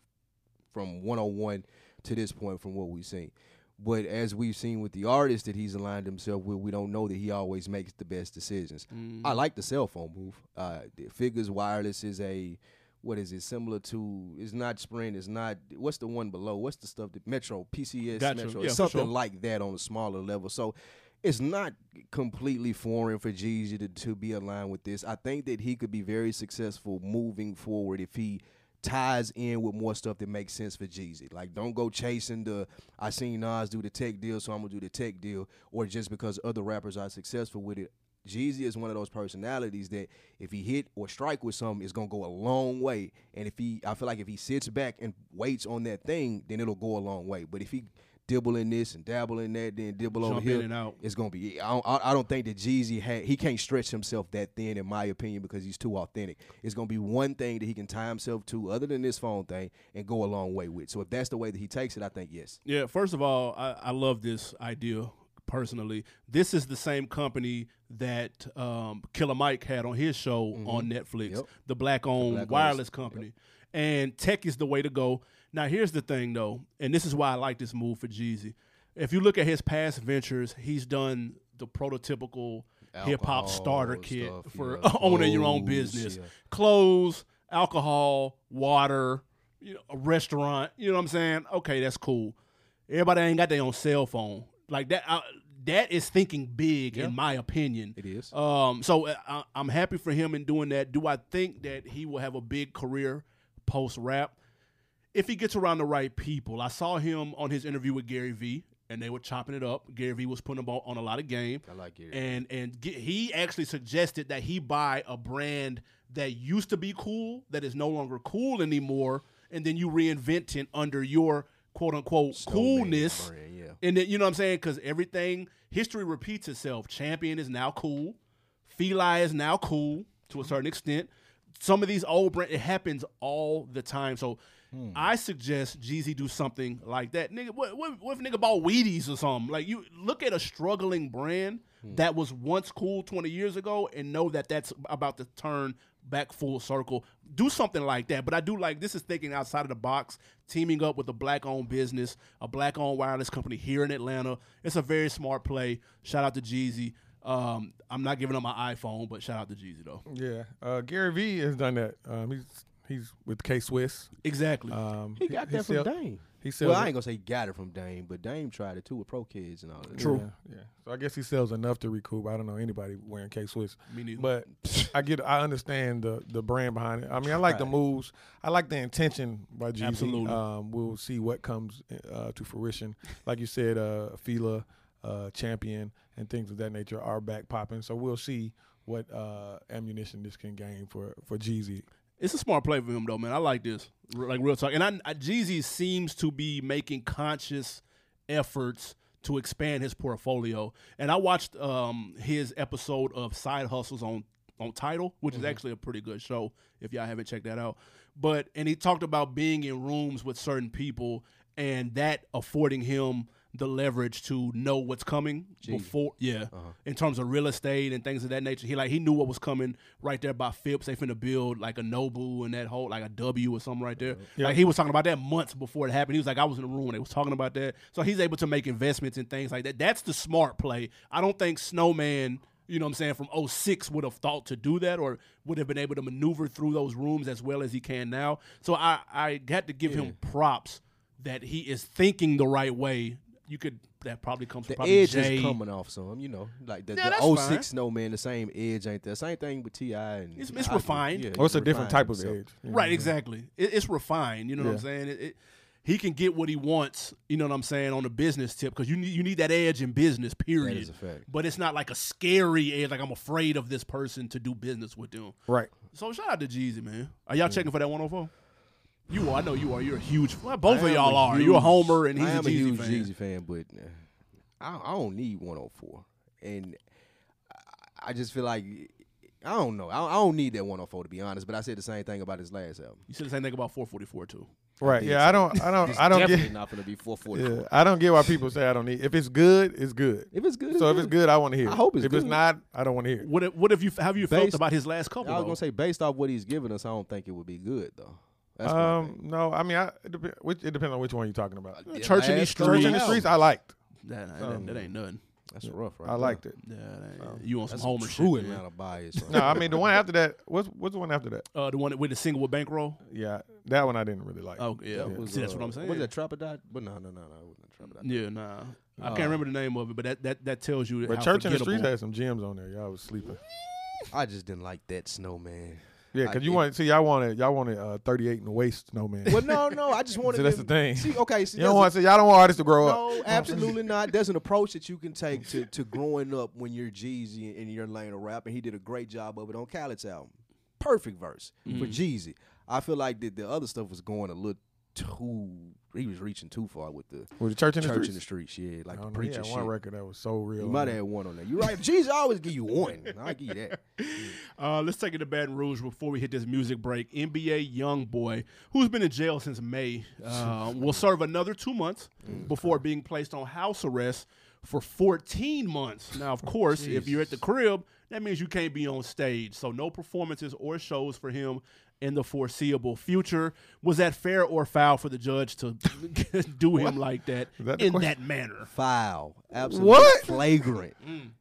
Speaker 1: from 101 to this point from what we've seen. But as we've seen with the artists that he's aligned himself with, we don't know that he always makes the best decisions.
Speaker 2: Mm-hmm.
Speaker 1: I like the cell phone move. Uh, the Figures Wireless is a, what is it, similar to, it's not Sprint, it's not, what's the one below? What's the stuff that, Metro, PCS,
Speaker 2: Gotcha.
Speaker 1: Metro,
Speaker 2: Yeah, for
Speaker 1: something
Speaker 2: sure.
Speaker 1: like that on a smaller level. So it's not completely foreign for Jeezy to, to be aligned with this. I think that he could be very successful moving forward if he ties in with more stuff that makes sense for Jeezy. Like don't go chasing the I seen Nas do the tech deal, so I'm gonna do the tech deal, or just because other rappers are successful with it. Jeezy is one of those personalities that if he hit or strike with something, it's gonna go a long way. And if he, I feel like if he sits back and waits on that thing, then it'll go a long way. But if he dibble in this and dabble in that, then dibble
Speaker 2: Jump
Speaker 1: over here,
Speaker 2: in and out.
Speaker 1: it's gonna be. I don't, I I don't think that Jeezy had. He can't stretch himself that thin, in my opinion, because he's too authentic. It's gonna be one thing that he can tie himself to, other than this phone thing, and go a long way with. So if that's the way that he takes it, I think yes.
Speaker 2: Yeah, first of all, I, I love this idea personally. This is the same company that um, Killer Mike had on his show on Netflix,
Speaker 1: Mm-hmm. Yep.
Speaker 2: the black owned
Speaker 1: black-owned-
Speaker 2: wireless company. And tech is the way to go. Now, here's the thing though, and this is why I like this move for Jeezy. If you look at his past ventures, he's done the prototypical hip hop
Speaker 1: Alcohol
Speaker 2: starter
Speaker 1: and
Speaker 2: kit
Speaker 1: stuff,
Speaker 2: for
Speaker 1: yeah.
Speaker 2: owning your own
Speaker 1: Clothes,
Speaker 2: business
Speaker 1: yeah.
Speaker 2: clothes, alcohol, water, you know, a restaurant. You know what I'm saying? Okay, that's cool. Everybody ain't got their own cell phone like that. I, that is thinking big, in my opinion.
Speaker 1: It is.
Speaker 2: Um, so uh, I, I'm happy for him in doing that. Do I think that he will have a big career post rap? if he gets around the right people, I saw him on his interview with Gary Vee, and they were chopping it up. Gary Vee was putting him on, on a lot of game. I
Speaker 1: like Gary.
Speaker 2: And and ge- he actually suggested that he buy a brand that used to be cool that is no longer cool anymore, and then you reinvent it under your quote unquote coolness.
Speaker 1: brand, yeah.
Speaker 2: And then, you know what I'm saying? Because everything history repeats itself. Champion is now cool. Feli is now cool to a certain extent. Some of these old brand it happens all the time. So I suggest Jeezy do something like that. Nigga, what, what, what if nigga bought Wheaties or something? Like you look at a struggling brand, that was once cool 20 years ago and know that that's about to turn back full circle. Do something like that. But I do like this is thinking outside of the box, teaming up with a black owned business, a black owned wireless company here in Atlanta. It's a very smart play. Shout out to Jeezy. Um, I'm not giving up my iPhone, but shout out to Jeezy though.
Speaker 3: Yeah, uh, Gary Vee has done that. Um, he's he's with K Swiss.
Speaker 2: Exactly.
Speaker 3: Um,
Speaker 4: He got that
Speaker 3: sell-
Speaker 4: from Dane.
Speaker 3: He sells.
Speaker 1: Well, I ain't gonna say he got it from Dame, but Dame tried it too with Pro Kids and all that.
Speaker 3: True. Yeah, yeah. So I guess he sells enough to recoup. I don't know anybody wearing K Swiss.
Speaker 2: Me neither.
Speaker 3: But I get. I understand the the brand behind it. I mean, I like the moves. I like the intention by Jeezy.
Speaker 2: Absolutely.
Speaker 3: Um, we'll see what comes uh, to fruition. Like you said, uh, Fila, uh, Champion, and things of that nature are back popping. So we'll see what uh, ammunition this can gain for for Jeezy.
Speaker 2: It's a smart play for him though, man. I like this, R- like real talk. And I, I Jeezy seems to be making conscious efforts to expand his portfolio. And I watched um, his episode of Side Hustles on on Title, which is actually a pretty good show if y'all haven't checked that out. But and he talked about being in rooms with certain people and that affording him the leverage to know what's coming before yeah in terms of real estate and things of that nature he like he knew what was coming right there by phipps they finna build like a nobu and that whole like a w or something right there like he was talking about that months before it happened he was like i was in the room when they was talking about that so he's able to make investments and things like that that's the smart play i don't think snowman you know what I'm saying, from 06 would have thought to do that or would have been able to maneuver through those rooms as well as he can now. So I, I had to give him props that he is thinking the right way. You could that probably comes from
Speaker 1: The
Speaker 2: probably
Speaker 1: edge
Speaker 2: Jay.
Speaker 1: is coming off some, you know, like the, oh
Speaker 2: Yeah,
Speaker 1: the
Speaker 2: that's
Speaker 1: 06
Speaker 2: fine.
Speaker 1: Snowman, the same edge ain't there. Same thing with Ti and
Speaker 2: It's- it's
Speaker 1: I-
Speaker 2: refined.
Speaker 1: Yeah,
Speaker 3: Or Oh, it's a different type
Speaker 1: refined
Speaker 3: of
Speaker 1: himself.
Speaker 3: edge.
Speaker 2: Right, exactly. It, it's refined. You know what I'm
Speaker 3: Yeah.
Speaker 2: saying? It, it, he can get what he wants. You know what I'm saying on the business tip because you need you need that edge in business. Period.
Speaker 1: is a fact.
Speaker 2: But it's not like a scary edge. Like I'm afraid of this person to do business with them.
Speaker 3: Right.
Speaker 2: So shout out to Jeezy, man. Are y'all checking for that 104? You are. I know you are. You're a huge. Well, both
Speaker 1: I
Speaker 2: of
Speaker 1: am
Speaker 2: y'all are. You're a
Speaker 1: huge-
Speaker 2: homer, and he's
Speaker 1: I am
Speaker 2: a Jeezy
Speaker 1: huge
Speaker 2: fan.
Speaker 1: Jeezy fan, but uh, I, I don't need 104, and I, I just feel like I don't know. I, I don't need that 104 to be honest. But I said the same thing about his last album.
Speaker 2: You said the same thing about 444 too.
Speaker 3: Right. Yeah. I don't. I don't. I don't
Speaker 1: Definitely
Speaker 3: get.
Speaker 1: not gonna be 440.
Speaker 3: Yeah, I don't get why people say I don't need. If it's good, it's good.
Speaker 1: If it's good,
Speaker 3: so if it's good, I want to hear. it.
Speaker 1: I hope it's
Speaker 3: if it's
Speaker 1: good.
Speaker 3: not, I don't want to hear. it.
Speaker 2: What if- What have you Have you felt
Speaker 1: Based-
Speaker 2: about his last couple?
Speaker 1: I was
Speaker 2: though?
Speaker 1: gonna say based off what he's giving us, I don't think it would be good though. That's what I
Speaker 3: Um, no, I mean, I, it, dep- which, it depends on which one you're talking about.
Speaker 1: think.
Speaker 2: Church in
Speaker 1: Last
Speaker 2: the
Speaker 1: couple
Speaker 3: Church in the
Speaker 1: albums.
Speaker 3: Streets, I liked.
Speaker 2: That, that- that ain't nothing.
Speaker 1: That's rough, right?
Speaker 3: I liked it.
Speaker 2: Yeah, that ain't- you on some homer
Speaker 1: True
Speaker 2: shit? man.
Speaker 1: amount of bias.
Speaker 3: No, I mean the one after that. What's what's the one after that?
Speaker 2: Uh, the one that- with the single with bankroll.
Speaker 3: Yeah, that one I didn't really like.
Speaker 2: Oh yeah, See, that's what I'm saying.
Speaker 1: Was that Trapper Dot? But no, no, no, no, it wasn't Trapper Dot.
Speaker 2: Yeah, nah. Uh, I can't remember the name of it, but that that, that tells you.
Speaker 3: but
Speaker 2: how
Speaker 3: Church in the Streets
Speaker 2: forgettable-
Speaker 3: had some gems on there. Y'all was sleeping. Mm.
Speaker 1: I just didn't like that Snowman.
Speaker 3: Yeah,
Speaker 1: I
Speaker 3: because you
Speaker 1: did.
Speaker 3: wanted. See, y'all wanted. Y'all wanted uh, 38 in the waist, snowman.
Speaker 1: Well, no, no, I just wanted.
Speaker 3: See, that's
Speaker 1: them-
Speaker 3: the thing.
Speaker 1: See, okay, see,
Speaker 3: you don't
Speaker 1: that's-
Speaker 3: want. See, y'all don't want artists to grow up.
Speaker 1: No, absolutely not. There's an approach that you can take to, to growing up when you're Jeezy and you're lane of rap, and he did a great job of it on Khaled's album. Perfect verse
Speaker 3: Mm-hmm.
Speaker 1: for Jeezy. I feel like the, the other stuff was going a little too. He was reaching too far with the
Speaker 3: With the Church in the
Speaker 1: church
Speaker 3: Streets.
Speaker 1: in the streets. Yeah, like the
Speaker 3: I don't know, he
Speaker 1: preacher
Speaker 3: had
Speaker 1: shit.
Speaker 3: one record that was so real.
Speaker 1: You
Speaker 3: on
Speaker 1: might
Speaker 3: there.
Speaker 1: have had one on there. You're right. Jeezy always give you one. I give you that.
Speaker 2: Uh, let's take it to Baton Rouge before we hit this music break. NBA young boy, who's been in jail since May, uh, will serve another two months before being placed on house arrest for 14 months. Now, of course, if you're at the crib, that means you can't be on stage. So, no performances or shows for him in the foreseeable future. Was that fair or foul for the judge to do him like that,
Speaker 3: that the
Speaker 2: in
Speaker 3: question?
Speaker 2: that manner?
Speaker 1: Foul. Absolutely
Speaker 3: What?
Speaker 1: flagrant.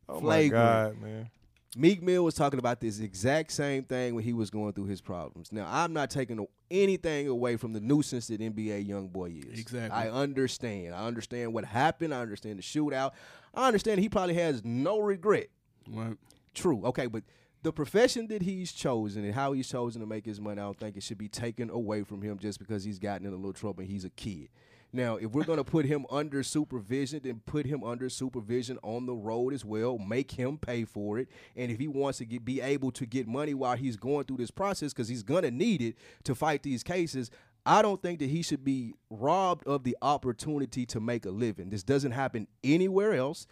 Speaker 3: Oh my
Speaker 1: flagrant.
Speaker 3: God, man.
Speaker 1: Meek Mill was talking about this exact same thing when he was going through his problems. Now, I'm not taking a- anything away from the nuisance that NBA YoungBoy is.
Speaker 2: Exactly.
Speaker 1: I understand. I understand what happened. I understand the shootout. I understand he probably has no regret.
Speaker 2: Right.
Speaker 1: True. Okay, but the profession that he's chosen and how he's chosen to make his money, I don't think it should be taken away from him just because he's gotten in a little trouble and he's a kid. Now, if we're going to put him under supervision, then put him under supervision on the road as well. Make him pay for it. And if he wants to get, be able to get money while he's going through this process, because he's going to need it to fight these cases, I don't think that he should be robbed of the opportunity to make a living. This doesn't happen anywhere else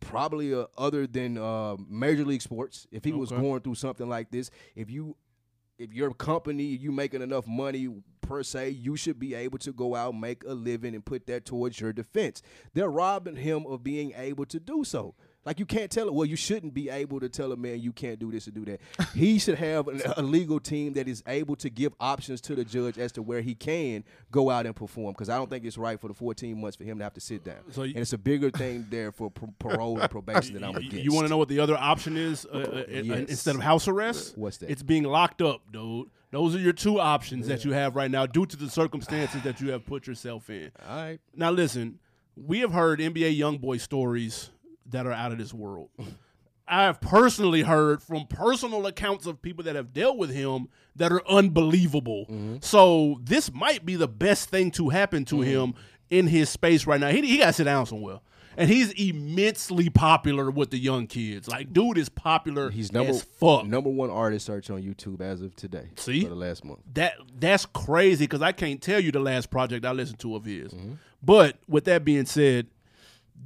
Speaker 1: probably uh, other than uh, major league sports. If he was going through something like this, if you if your company you making enough money per se, you should be able to go out make a living and put that towards your defense. They're robbing him of being able to do so. Like you can't tell it. Well, you shouldn't be able to tell a man you can't do this or do that. he should have an, a legal team that is able to give options to the judge as to where he can go out and perform. Because I don't think it's right for the 14 months for him to have to sit down.
Speaker 2: So you-
Speaker 1: and it's a bigger thing there for pr- parole and probation that I'm
Speaker 2: You-
Speaker 1: against.
Speaker 2: You want to know what the other option is uh, uh, uh,
Speaker 1: Yes.
Speaker 2: instead of house arrest?
Speaker 1: What's that?
Speaker 2: It's being locked up, dude. Those are your two options that you have right now due to the circumstances that you have put yourself in.
Speaker 1: All right.
Speaker 2: Now, listen, we have heard NBA YoungBoy stories that are out of this world. I have personally heard from personal accounts of people that have dealt with him that are unbelievable.
Speaker 1: Mm-hmm.
Speaker 2: So this might be the best thing to happen to him in his space right now. He, he got to sit down somewhere. And he's immensely popular with the young kids. Like, dude is popular.
Speaker 1: He's number
Speaker 2: as fuck.
Speaker 1: number one artist search on YouTube as of today.
Speaker 2: See?
Speaker 1: for the last month.
Speaker 2: that that's crazy because I can't tell you the last project I listened to of his.
Speaker 1: Mm-hmm.
Speaker 2: But with that being said,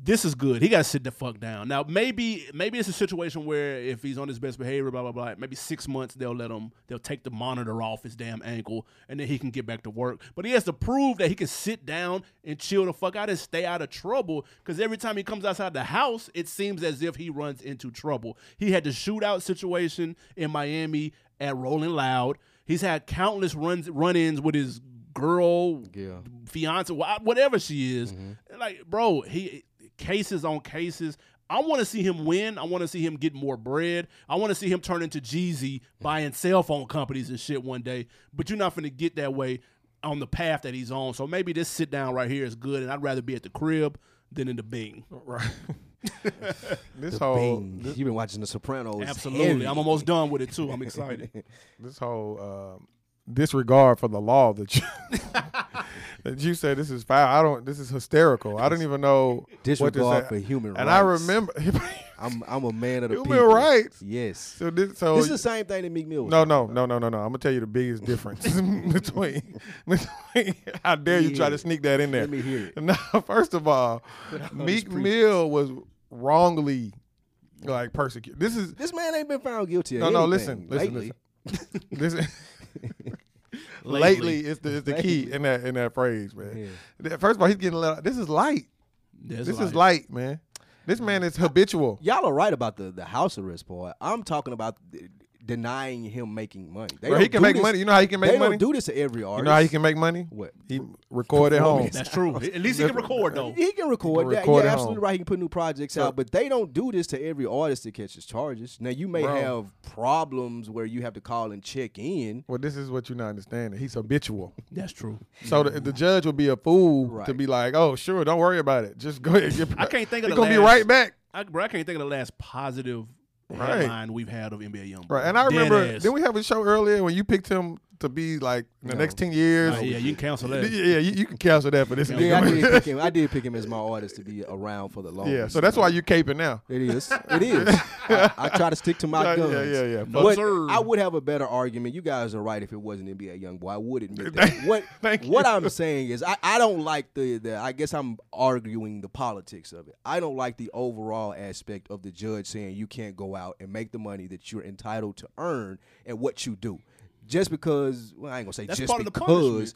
Speaker 2: this is good. He got to sit the fuck down. Now maybe maybe it's a situation where if he's on his best behavior, blah blah blah. Maybe six months they'll let him. They'll take the monitor off his damn ankle and then he can get back to work. But he has to prove that he can sit down and chill the fuck out and stay out of trouble. Because every time he comes outside the house, it seems as if he runs into trouble. He had the shootout situation in Miami at Rolling Loud. He's had countless runs run-ins with his girl,
Speaker 1: Yeah.
Speaker 2: fiance, wha- whatever she is.
Speaker 3: Mm-hmm.
Speaker 2: Like, bro, he cases on cases. I want to see him win. I want to see him get more bread. I want to see him turn into Jeezy
Speaker 3: Mm-hmm.
Speaker 2: buying cell phone companies and shit one day. But you're not going to get that way on the path that he's on. So maybe this sit down right here is good, and I'd rather be at the crib than in the Bing.
Speaker 3: Right. this whole
Speaker 1: Bing.
Speaker 3: this,
Speaker 1: You've been watching The Sopranos.
Speaker 2: Absolutely.
Speaker 1: heavy.
Speaker 2: I'm almost done with it too. I'm excited.
Speaker 3: this whole um, disregard for the law that you that you said this is foul. I don't. This is hysterical. I don't even know what
Speaker 1: Disregard
Speaker 3: to
Speaker 1: for
Speaker 3: say.
Speaker 1: human
Speaker 3: and
Speaker 1: rights.
Speaker 3: I remember.
Speaker 1: I'm I'm a man of the
Speaker 3: Human
Speaker 1: people.
Speaker 3: rights.
Speaker 1: Yes.
Speaker 3: so this. So
Speaker 1: This is the same thing that Meek Mill. was
Speaker 3: no,
Speaker 1: doing.
Speaker 3: no, no, no, no, no. I'm gonna tell you the biggest difference between. between how dare you try
Speaker 1: Yeah.
Speaker 3: to sneak that in there?
Speaker 1: Let me hear it.
Speaker 3: No, first of all,
Speaker 1: on his
Speaker 3: Meek
Speaker 1: preachers.
Speaker 3: Mill was wrongly like persecuted. This is
Speaker 1: This man ain't been found guilty. Of
Speaker 3: no, no. Listen,
Speaker 1: anything
Speaker 3: listen,
Speaker 1: lately.
Speaker 3: listen. listen.
Speaker 2: Lately.
Speaker 3: Lately, is the is the key in that in that phrase, man. Th- First of all, he's getting let out. This is light.
Speaker 2: That's
Speaker 3: This is
Speaker 2: like
Speaker 3: light, man. This man is habitual.
Speaker 1: Y'all are right about the, the house arrest part. I'm talking about th- denying him making money. They
Speaker 3: Bro, he
Speaker 1: don't
Speaker 3: can
Speaker 1: do
Speaker 3: make
Speaker 1: this-
Speaker 3: money. You know how he can
Speaker 1: they
Speaker 3: make money.
Speaker 1: don't do this to every artist.
Speaker 3: you know how he can make money.
Speaker 1: What?
Speaker 3: He record at home.
Speaker 2: that's true. At least he can record though.
Speaker 1: He can record. that.
Speaker 3: record
Speaker 1: yeah,
Speaker 3: at
Speaker 1: absolutely
Speaker 3: home.
Speaker 1: right. He can put new projects out, but they don't do this to every artist that catches charges. Now you may
Speaker 3: Bro.
Speaker 1: have problems where you have to call and check in.
Speaker 3: Well, this is what you're not understanding. He's habitual.
Speaker 2: That's true.
Speaker 3: So the, the judge would be a fool to
Speaker 1: Right.
Speaker 3: be like, "Oh, sure, don't worry about it. Just go ahead." and Get
Speaker 2: I can't think of the
Speaker 3: He's gonna be
Speaker 2: last-
Speaker 3: right back.
Speaker 2: I, bro, I can't think of the last positive
Speaker 3: Right.
Speaker 2: headline we've had of NBA Young.
Speaker 3: Right. And I remember didn't we have a show earlier when you picked him to be like in the next ten years.
Speaker 2: yeah, you can cancel
Speaker 3: yeah,
Speaker 2: that.
Speaker 3: yeah, you, you can cancel that for this. nigga.
Speaker 1: Yeah, I did pick him. I did pick him as my artist to be around for the long.
Speaker 3: Yeah, so that's why you caping now.
Speaker 1: It is. It is. I, I try to stick to my
Speaker 3: Yeah,
Speaker 1: guns.
Speaker 3: yeah, yeah, yeah.
Speaker 2: No,
Speaker 1: But
Speaker 2: sir.
Speaker 1: I would have a better argument. You guys are right if it wasn't NBA YoungBoy. I would admit that. What
Speaker 3: Thank you.
Speaker 1: what I'm saying is I, I don't like the, the I guess I'm arguing the politics of it. I don't like the overall aspect of the judge saying you can't go out and make the money that you're entitled to earn and what you do. Just because well, I ain't gonna say
Speaker 2: That's
Speaker 1: just
Speaker 2: part of the punishment.
Speaker 1: because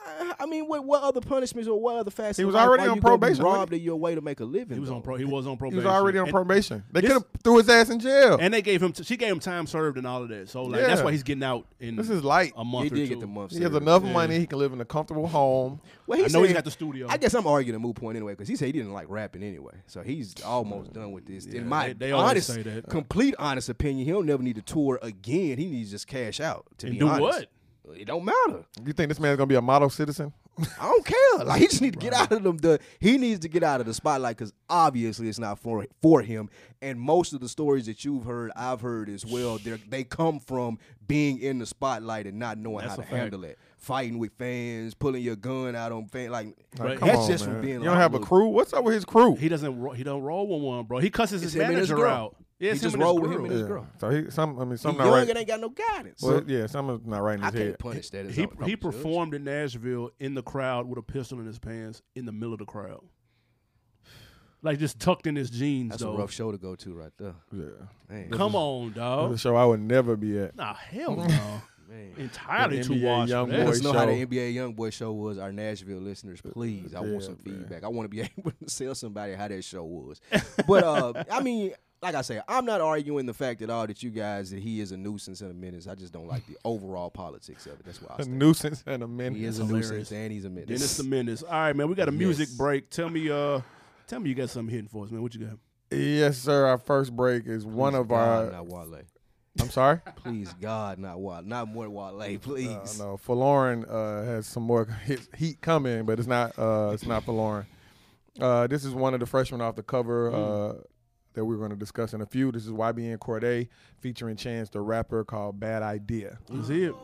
Speaker 1: I- I mean, what, what other punishments or what other facts?
Speaker 3: He
Speaker 1: of
Speaker 3: was
Speaker 1: life
Speaker 3: already
Speaker 1: are
Speaker 3: on
Speaker 1: you gonna be
Speaker 3: probation, wasn't
Speaker 1: Robbed of your way to make a living.
Speaker 2: He was on pro. He was on
Speaker 3: He
Speaker 2: probation.
Speaker 3: was already on
Speaker 2: And-
Speaker 3: probation. They
Speaker 2: this-
Speaker 3: could have threw his ass in jail.
Speaker 2: And they gave him. She gave him time served and all of that. So like that's
Speaker 3: Yeah.
Speaker 2: why he's getting out in
Speaker 3: this is light.
Speaker 2: a month
Speaker 1: He
Speaker 2: or
Speaker 1: did
Speaker 2: two.
Speaker 1: get the month.
Speaker 3: He has
Speaker 1: service.
Speaker 3: enough money. He can live in a comfortable home.
Speaker 1: Well, he
Speaker 2: I know he's
Speaker 1: said-
Speaker 2: got the studio.
Speaker 1: I guess I'm arguing a moot point anyway because he said he didn't like rapping anyway, so he's almost done with this. In my
Speaker 2: Uh, they- they always
Speaker 1: honest,
Speaker 2: say that.
Speaker 1: complete honest opinion, he'll never need to tour again. He needs to just cash out. To
Speaker 2: And
Speaker 1: be
Speaker 2: do
Speaker 1: honest.
Speaker 2: what?
Speaker 1: It don't matter.
Speaker 3: You think this man's gonna be a model citizen?
Speaker 1: I don't care. Like he just need to get out of them. The he needs to get out of the spotlight because obviously it's not for for him. And most of the stories that you've heard, I've heard as well. They they come from being in the spotlight and not knowing
Speaker 2: That's
Speaker 1: how
Speaker 2: a
Speaker 1: to
Speaker 2: fact.
Speaker 1: handle it. Fighting with fans, pulling your gun out on fans, like that's
Speaker 2: Right.
Speaker 3: Come on,
Speaker 1: just from
Speaker 3: man.
Speaker 1: being.
Speaker 3: You don't have a
Speaker 1: outlooked.
Speaker 3: crew. What's up with his crew?
Speaker 2: He doesn't. ro- He don't roll with one, bro. He cusses his
Speaker 1: him and his
Speaker 2: manager
Speaker 1: girl.
Speaker 2: out. Yeah, it's
Speaker 1: He just
Speaker 2: him and his
Speaker 1: rolled with him
Speaker 2: girl.
Speaker 1: and his
Speaker 3: Yeah.
Speaker 1: girl.
Speaker 3: So he, some, I mean,
Speaker 1: He's
Speaker 3: some not
Speaker 1: young
Speaker 3: right.
Speaker 1: and ain't got no guidance.
Speaker 3: Well, yeah, something's not right in
Speaker 1: I
Speaker 3: his
Speaker 1: can't
Speaker 3: head.
Speaker 1: punish that. As
Speaker 2: He
Speaker 1: a-
Speaker 2: he
Speaker 1: judge.
Speaker 2: performed in Nashville in the crowd with a pistol in his pants in the middle of the crowd, like just tucked in his jeans.
Speaker 1: That's
Speaker 2: though.
Speaker 1: a rough show to go to right there.
Speaker 3: Yeah,
Speaker 1: Dang.
Speaker 2: Come on,
Speaker 3: that's
Speaker 2: dog.
Speaker 3: a show I would never be at.
Speaker 2: Nah, hell no.
Speaker 1: Man.
Speaker 2: entirely
Speaker 3: The
Speaker 2: too
Speaker 3: NBA
Speaker 2: washed.
Speaker 3: young
Speaker 2: for
Speaker 1: Let
Speaker 2: that.
Speaker 3: boy.
Speaker 1: us know how the
Speaker 3: show.
Speaker 1: NBA YoungBoy show was, our Nashville listeners, please. I
Speaker 3: Yeah,
Speaker 1: want some
Speaker 3: man.
Speaker 1: feedback. I want to be able to tell somebody how that show was. But uh, I mean, like I say, I'm not arguing the fact at all that you guys that he is a nuisance and a menace. I just don't like the overall politics of it. That's why I
Speaker 3: A
Speaker 1: say
Speaker 3: nuisance and a minute.
Speaker 1: he is a
Speaker 2: hilarious.
Speaker 1: nuisance and he's a menace.
Speaker 2: Dennis the Menace. All right, man, we got a music
Speaker 1: Yes.
Speaker 2: break. Tell me, uh, tell me you got something hidden for us, man. What you got?
Speaker 3: Yes, sir. Our first break is one
Speaker 1: Please
Speaker 3: of
Speaker 1: God,
Speaker 3: our.
Speaker 1: not Wale.
Speaker 3: I'm sorry.
Speaker 1: Please God, not Wale. Not more Wale, please.
Speaker 3: Uh, no, for Lauren uh, has some more hit, heat coming, but it's not. Uh, it's not for Lauren. Uh, this is one of the freshmen off the cover
Speaker 2: Mm.
Speaker 3: uh, that we're going to discuss in a few. This is YBN Corday featuring Chance the rapper called Bad Idea.
Speaker 2: Let's hear it.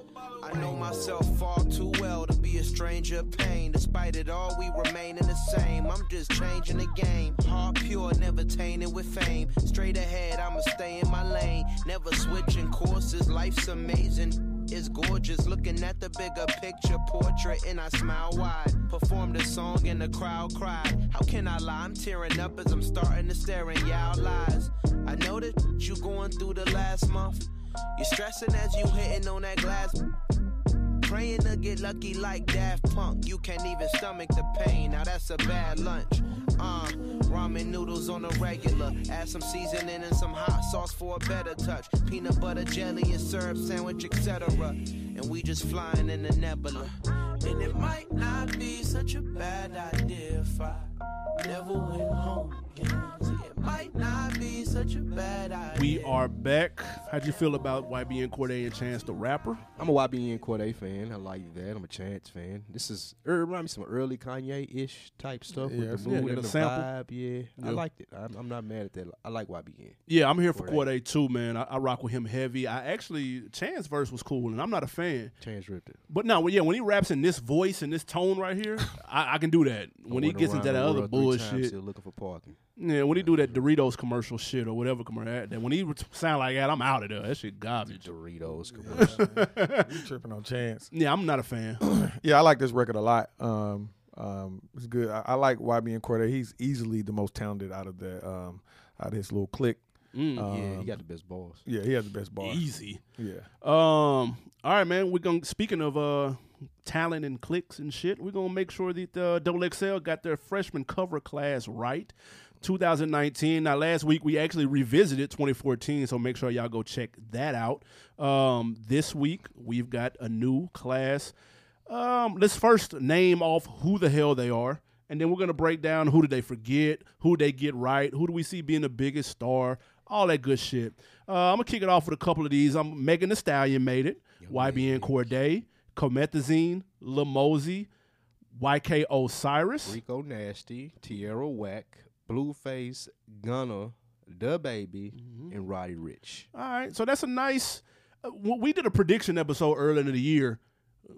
Speaker 4: I know myself far too well to be a stranger of pain. Despite it all, we remaining the same. I'm just changing the game. Heart pure, never tainted with fame. Straight ahead, I'ma stay in my lane. Never switching courses, life's amazing. It's gorgeous looking at the bigger picture portrait, and I smile wide. Performed a song, and the crowd cried. How can I lie? I'm tearing up as I'm starting to stare in y'all lies. I know that you going through the last month. You're stressing as you hitting on that glass. Praying to get lucky like Daft Punk. You can't even stomach the pain. Now that's a bad lunch. Uh, ramen noodles on the regular. Add some seasoning and some hot sauce for a better touch. Peanut butter jelly and syrup sandwich, etc. And we just flying in the nebula. And it might not be such a bad idea if I never went home. again. See, it might not be such a bad idea.
Speaker 2: We are back. How'd you feel about YBN Corday and Chance the Rapper?
Speaker 1: I'm a YBN Corday fan. I like that. I'm a Chance fan. This is it remind me some early Kanye ish type stuff
Speaker 3: Yeah,
Speaker 1: with the
Speaker 2: yeah,
Speaker 1: mood
Speaker 2: got
Speaker 1: and
Speaker 2: a
Speaker 1: the
Speaker 2: sample.
Speaker 1: vibe. Yeah, I
Speaker 2: Yeah.
Speaker 1: liked it. I'm, I'm not mad at that. I like YBN.
Speaker 2: Yeah, I'm here for
Speaker 1: Corday.
Speaker 2: Corday too, man. I, I rock with him heavy. I actually Chance verse was cool, and I'm not a fan.
Speaker 1: Chance ripped it.
Speaker 2: But no, yeah, when he raps in this voice and this tone right here, I, I can do that. When he
Speaker 1: Went
Speaker 2: gets
Speaker 1: around
Speaker 2: into that
Speaker 1: the
Speaker 2: other
Speaker 1: world three times
Speaker 2: bullshit,
Speaker 1: still looking for parking.
Speaker 2: yeah, when he do that Doritos commercial shit or whatever commercial, that, that- when he re- sound like that, I'm out of there. That shit garbage.
Speaker 1: Doritos commercial.
Speaker 3: You tripping on Chance?
Speaker 2: Yeah, I'm not a fan.
Speaker 3: Yeah, I like this record a lot. Um, um, it's good. I, I like YBN Corday. He's easily the most talented out of the um, out of his little clique.
Speaker 1: yeah, he got the best balls.
Speaker 3: Yeah, he has the best bar.
Speaker 2: Mm. Easy.
Speaker 3: Yeah.
Speaker 2: Um. All right, man. We're gonna speaking of uh talent and clicks and shit. We're gonna make sure that uh, Double XL got their freshman cover class right. 2019. Now, last week we actually revisited 2014, so make sure y'all go check that out. Um, this week we've got a new class. Um, let's first name off who the hell they are, and then we're gonna break down who did they forget, who they get right, who do we see being the biggest star, all that good shit. Uh, I'm gonna kick it off with a couple of these. I'm Megan Thee Stallion made it, YBN Corday, Comethazine, Lamozy, YK Osiris.
Speaker 1: Rico Nasty, Tierra Whack, Blueface, Gunna, Da Baby, and Roddy Rich.
Speaker 2: All right, so that's a nice. Uh, w- we did a prediction episode earlier in the year.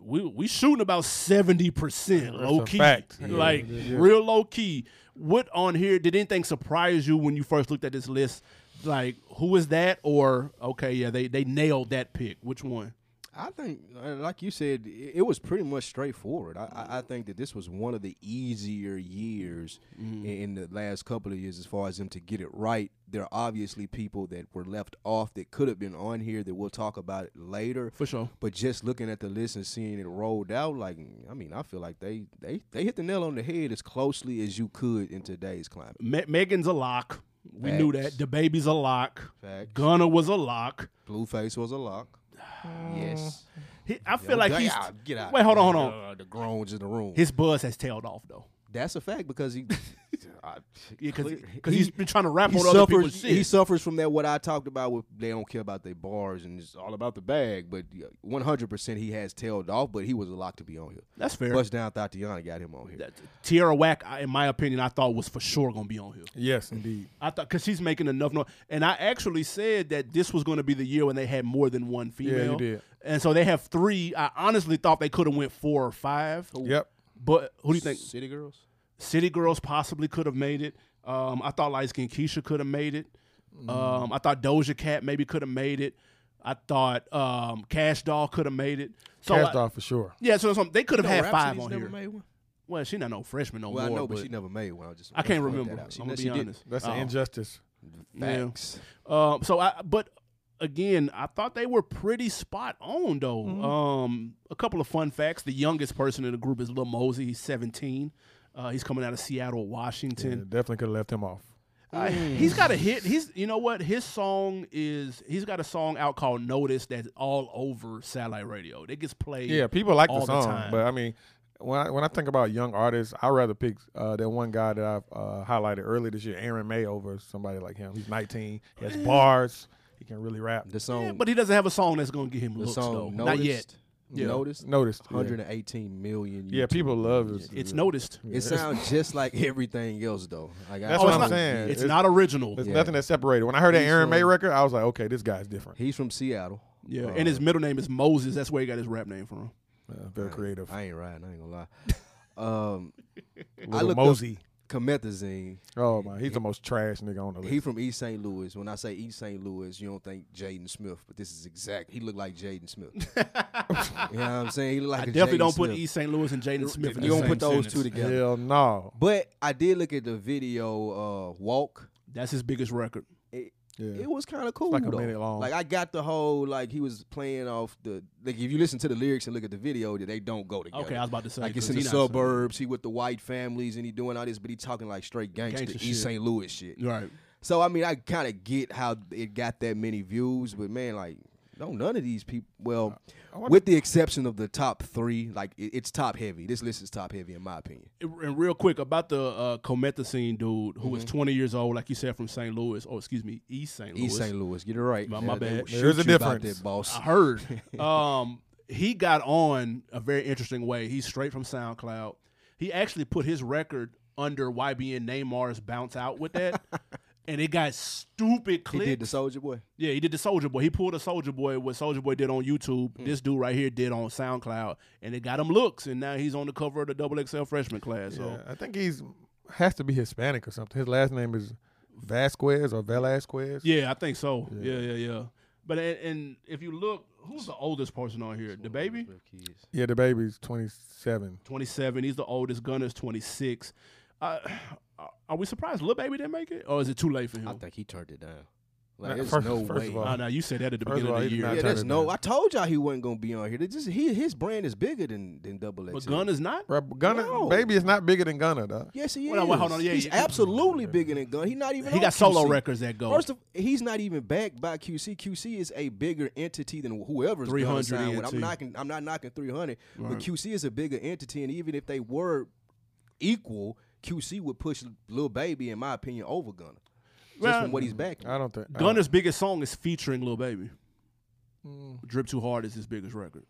Speaker 2: We we shooting about seventy percent low
Speaker 3: a
Speaker 2: key,
Speaker 3: fact.
Speaker 2: like real low key. What on here did anything surprise you when you first looked at this list? Like who is that? Or okay, yeah, they they nailed that pick. Which one?
Speaker 1: I think, uh, like you said, i- it was pretty much straightforward. I, I, I think that this was one of the easier years
Speaker 2: Mm-hmm.
Speaker 1: i- in the last couple of years as far as them to get it right. There are obviously people that were left off that could have been on here that we'll talk about later.
Speaker 2: For sure.
Speaker 1: But just looking at the list and seeing it rolled out, like I mean, I feel like they they, they hit the nail on the head as closely as you could in today's climate.
Speaker 2: Me- Megan's a lock. We knew
Speaker 1: Facts.
Speaker 2: that. The baby's a lock.
Speaker 1: Facts.
Speaker 2: Gunna was a lock.
Speaker 1: Blueface was a lock. yes.
Speaker 2: He, I feel like
Speaker 1: Get
Speaker 2: he's.
Speaker 1: out, get out.
Speaker 2: Wait, hold on, hold on.
Speaker 1: Uh, the groans in the room.
Speaker 2: His buzz has tailed off though.
Speaker 1: That's a fact because he. I-
Speaker 2: Yeah,
Speaker 1: clear-
Speaker 2: because
Speaker 1: he-
Speaker 2: he's been trying to rap
Speaker 1: he
Speaker 2: on other
Speaker 1: suffers.
Speaker 2: people's shit.
Speaker 1: He suffers from that. What I talked about, with they don't care about their bars and it's all about the bag. But one hundred percent, he has tailed off. But he was a lot to be on here.
Speaker 2: That's fair.
Speaker 1: Bust down, Tatiana got him on here.
Speaker 2: That- Tierra Whack, I- in my opinion, I thought was for sure gonna be on here.
Speaker 3: Yes, indeed.
Speaker 2: I thought because she's making enough noise, and I actually said that this was going to be the year when they had more than one female.
Speaker 3: you did.
Speaker 2: And so they have three. I honestly thought they could have went four or five.
Speaker 3: Yep.
Speaker 2: But who do you think?
Speaker 1: City girls.
Speaker 2: City Girls possibly could have made it. Um, I thought Light Skin Keisha could have made it. Um, I thought Doja Cat maybe could have made it. I thought um, Cash Doll could have made it. So
Speaker 3: Cast
Speaker 2: I-
Speaker 3: off for sure.
Speaker 2: Yeah, so that's what I'm- they could have had five
Speaker 1: Rhapsody's
Speaker 2: on
Speaker 1: never
Speaker 2: here.
Speaker 1: Made one?
Speaker 2: Well, she not no freshman no
Speaker 1: Well, I
Speaker 2: more.
Speaker 1: know, but,
Speaker 2: but
Speaker 1: she never made one. I just
Speaker 2: I can't
Speaker 1: wanna point
Speaker 2: remember.
Speaker 1: that out. She
Speaker 2: I'm gonna
Speaker 1: ne-
Speaker 2: be
Speaker 1: she did.
Speaker 2: honest.
Speaker 3: That's
Speaker 2: Oh.
Speaker 3: an injustice.
Speaker 2: Yeah.
Speaker 1: Facts.
Speaker 2: Um, so I, but again, I thought they were pretty spot on though.
Speaker 1: Mm-hmm.
Speaker 2: Um, a couple of fun facts: the youngest person in the group is Lil Mosey. He's 17. Uh, he's coming out of Seattle, Washington.
Speaker 3: definitely could have left him off.
Speaker 2: I,
Speaker 1: Mm.
Speaker 2: he's got a hit. He's you know what his song is. He's got a song out called "Notice" that's all over satellite radio. It gets played.
Speaker 3: Yeah, people like
Speaker 2: all
Speaker 3: the
Speaker 2: the
Speaker 3: song,
Speaker 2: time.
Speaker 3: but I mean, when I, when I think about young artists, I rather pick uh, that one guy that I've uh, highlighted earlier this year, Aaron May, over somebody like him. He's 19, he has bars, he can really rap.
Speaker 1: The song,
Speaker 2: Yeah, but he doesn't have a song that's gonna get him
Speaker 1: the
Speaker 2: looks though.
Speaker 1: song
Speaker 2: Not yet.
Speaker 1: noticed.
Speaker 3: Yeah.
Speaker 1: Noticed.
Speaker 3: Noticed, yeah.
Speaker 1: 118 million.
Speaker 3: Yeah,
Speaker 1: YouTube
Speaker 3: people love
Speaker 1: views.
Speaker 3: it.
Speaker 2: It's noticed.
Speaker 1: It sounds just like everything else, though. Like, I
Speaker 3: That's
Speaker 1: don't
Speaker 3: what I'm
Speaker 1: know.
Speaker 3: saying.
Speaker 2: It's,
Speaker 3: It's-
Speaker 2: not original.
Speaker 3: There's
Speaker 1: Yeah.
Speaker 3: nothing that's separated. When I heard that
Speaker 1: He's
Speaker 3: Aaron May
Speaker 1: from-
Speaker 3: record, I was like, okay, this guy's different.
Speaker 1: He's from Seattle.
Speaker 2: Yeah.
Speaker 1: uh,
Speaker 2: and his middle name is Moses. That's where he got his rap name from.
Speaker 3: Yeah, Uh, very creative.
Speaker 1: I ain't riding. I ain't gonna lie. Um, I
Speaker 3: Little
Speaker 1: looked
Speaker 3: Mosey.
Speaker 1: up Comethazine.
Speaker 3: Oh my, he's the most trash nigga on the list.
Speaker 1: He from East St. Louis. When I say East St. Louis, you don't think Jaden Smith, but this is exact. He looked like Jaden Smith. you know what I'm saying? He looked like
Speaker 2: I
Speaker 1: a
Speaker 2: definitely
Speaker 1: Jaden
Speaker 2: don't put
Speaker 1: Smith.
Speaker 2: East St. Louis and Jaden Smith in
Speaker 1: You
Speaker 2: the
Speaker 1: don't
Speaker 2: same
Speaker 1: put those two
Speaker 2: sentence.
Speaker 1: together.
Speaker 3: Hell no.
Speaker 1: But I did look at the video uh, walk.
Speaker 2: That's his biggest record.
Speaker 1: It,
Speaker 3: Yeah.
Speaker 1: it was kind of cool.
Speaker 3: like a
Speaker 1: though.
Speaker 3: minute long.
Speaker 1: Like I got the whole like he was playing off the like if you listen to the lyrics and look at the video, that they don't go together.
Speaker 2: Okay, I was about to say.
Speaker 1: Like it's
Speaker 2: 'cause
Speaker 1: in the
Speaker 2: he not-
Speaker 1: suburbs, he with the white families, and he doing all this, but he talking like straight gangster,
Speaker 2: Gangsta
Speaker 1: East
Speaker 2: shit.
Speaker 1: St. Louis shit.
Speaker 2: Right.
Speaker 1: So I mean, I kind of get how it got that many views, but man, like, no, none of these people. Well,
Speaker 3: wonder-
Speaker 1: with the exception of the top three, like it, it's top heavy. This list is top heavy in my opinion.
Speaker 2: And real quick about the uh, Comethazine dude who was
Speaker 1: Mm-hmm.
Speaker 2: 20 years old, like you said, from St. Louis. Oh, excuse me, East St. Louis.
Speaker 1: East St. Louis, get it right.
Speaker 2: My- my
Speaker 1: Yeah, they
Speaker 2: bad.
Speaker 1: will shoot
Speaker 3: There's a
Speaker 1: you about
Speaker 3: difference.
Speaker 1: that, boss.
Speaker 2: I heard. um, he got on a very interesting way. He's straight from SoundCloud. He actually put his record under YBN Neymar's bounce out with that, and it got stupid
Speaker 1: He
Speaker 2: clicks.
Speaker 1: did the Soldier Boy.
Speaker 2: yeah, he did the Soldier Boy. He pulled a Soldier Boy. What Soldier Boy did on YouTube,
Speaker 1: Hmm.
Speaker 2: this dude right here did on SoundCloud, and it got him looks. And now he's on the cover of the Double XL freshman class.
Speaker 3: Yeah,
Speaker 2: So
Speaker 3: I think he's has to be Hispanic or something. His last name is Vasquez or Velasquez.
Speaker 2: yeah, I think so. Yeah, yeah, yeah. But and, and if you look, who's the oldest person on here? The baby.
Speaker 3: Yeah, the baby's 27.
Speaker 2: 27. He's the oldest. Gunner's 26. Uh, are we surprised Lil Baby didn't make it? Or is it too late for him?
Speaker 1: I think he turned it down. Like,
Speaker 3: Nah,
Speaker 1: there's
Speaker 3: first-
Speaker 1: no
Speaker 3: first
Speaker 1: way.
Speaker 3: of all,
Speaker 2: Oh, no, you said that at the
Speaker 3: First of
Speaker 2: beginning
Speaker 3: all,
Speaker 2: of the
Speaker 3: he's
Speaker 2: year.
Speaker 3: not
Speaker 1: yeah,
Speaker 3: turned
Speaker 1: there's
Speaker 3: it
Speaker 1: no.
Speaker 3: down.
Speaker 1: I told y'all he wasn't gonna be on here. They Just he, his brand is bigger than than Double X.
Speaker 2: But Gunner's not?
Speaker 3: Bruh, Gunna,
Speaker 1: No.
Speaker 3: baby is not bigger than Gunna, though.
Speaker 1: Yes, he
Speaker 2: Well,
Speaker 1: is.
Speaker 2: well, hold on, yeah,
Speaker 1: he's
Speaker 2: yeah.
Speaker 1: absolutely bigger than Gun. He's not even.
Speaker 2: He
Speaker 1: on
Speaker 2: got solo
Speaker 1: QC.
Speaker 2: records that go.
Speaker 1: First of, he's not even backed by QC. QC is a bigger entity than whoever's
Speaker 2: 300
Speaker 1: 300 signed
Speaker 3: E
Speaker 1: with. I'm
Speaker 2: ENT.
Speaker 1: knocking. I'm not knocking 300,
Speaker 2: Right.
Speaker 1: but QC is a bigger entity, and even if they were equal, QC would push Lil Baby, in my opinion, over Gunner. Just
Speaker 2: Well,
Speaker 1: from what he's backing.
Speaker 3: I don't think. I
Speaker 2: Gunner's biggest song is featuring Lil Baby.
Speaker 3: don't- mm,
Speaker 2: Drip Too Hard is his biggest record.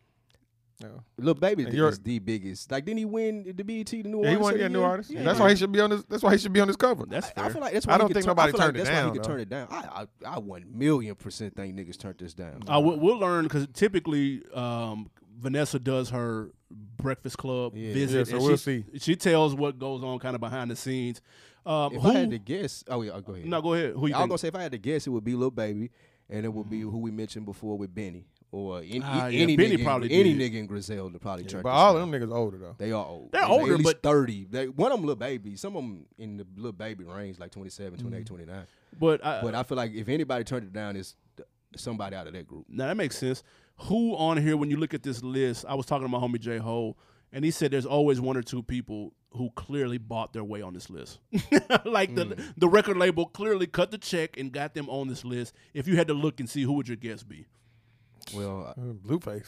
Speaker 3: no.
Speaker 1: Lil Baby
Speaker 3: And you're-
Speaker 1: is the biggest. Like, didn't he win the BET the New
Speaker 3: Yeah,
Speaker 1: Artist?
Speaker 3: he wanted
Speaker 1: of
Speaker 3: to
Speaker 1: the
Speaker 3: get a new
Speaker 1: year?
Speaker 3: artist.
Speaker 1: Yeah.
Speaker 3: that's why he should be on this. That's why he should be on this cover.
Speaker 2: That's fair.
Speaker 1: I feel like that's
Speaker 3: I
Speaker 1: why he
Speaker 3: don't
Speaker 1: could
Speaker 3: think
Speaker 1: turn-
Speaker 3: nobody
Speaker 1: I feel like
Speaker 3: turned it
Speaker 1: that's why
Speaker 3: down,
Speaker 1: he could
Speaker 3: though.
Speaker 1: turn it down. I, I I one million percent think niggas turned this down.
Speaker 2: Uh, we'll, we'll learn because typically um, Vanessa does her Breakfast Club
Speaker 1: Yeah.
Speaker 2: visit.
Speaker 3: Yeah, so
Speaker 2: and
Speaker 3: we'll
Speaker 2: she,
Speaker 3: see.
Speaker 2: She tells what goes on kind of behind the scenes. Um,
Speaker 1: if
Speaker 2: who?
Speaker 1: I had to guess, oh yeah, oh, go ahead.
Speaker 2: no, go ahead. Who you
Speaker 1: I was
Speaker 2: think?
Speaker 1: gonna say if I had to guess, it would be Lil Baby, and it would be who we mentioned before with Benny or any,
Speaker 2: Mm. Ah, yeah,
Speaker 1: any
Speaker 2: Benny
Speaker 1: nigga,
Speaker 2: probably
Speaker 1: any
Speaker 2: did.
Speaker 1: nigga in Griselda probably turned.
Speaker 3: But
Speaker 1: this
Speaker 3: all
Speaker 1: down.
Speaker 3: of them niggas older though.
Speaker 1: they are old.
Speaker 2: They're
Speaker 1: They-
Speaker 2: older,
Speaker 1: at least
Speaker 2: but-
Speaker 1: thirty. They, one of them little baby. Some of them in the little baby range, like 27, 28,
Speaker 2: Mm.
Speaker 1: 29.
Speaker 2: but I,
Speaker 1: But I feel like if anybody turned it down, it's th- somebody out of that group.
Speaker 2: Now that makes sense. Who on here when you look at this list? I was talking to my homie J Ho, and he said there's always one or two people who clearly bought their way on this list. like the
Speaker 1: Hmm.
Speaker 2: the record label clearly cut the check and got them on this list. If you had to look and see who would your guess be?
Speaker 1: Well, I-
Speaker 3: Uh, Blueface.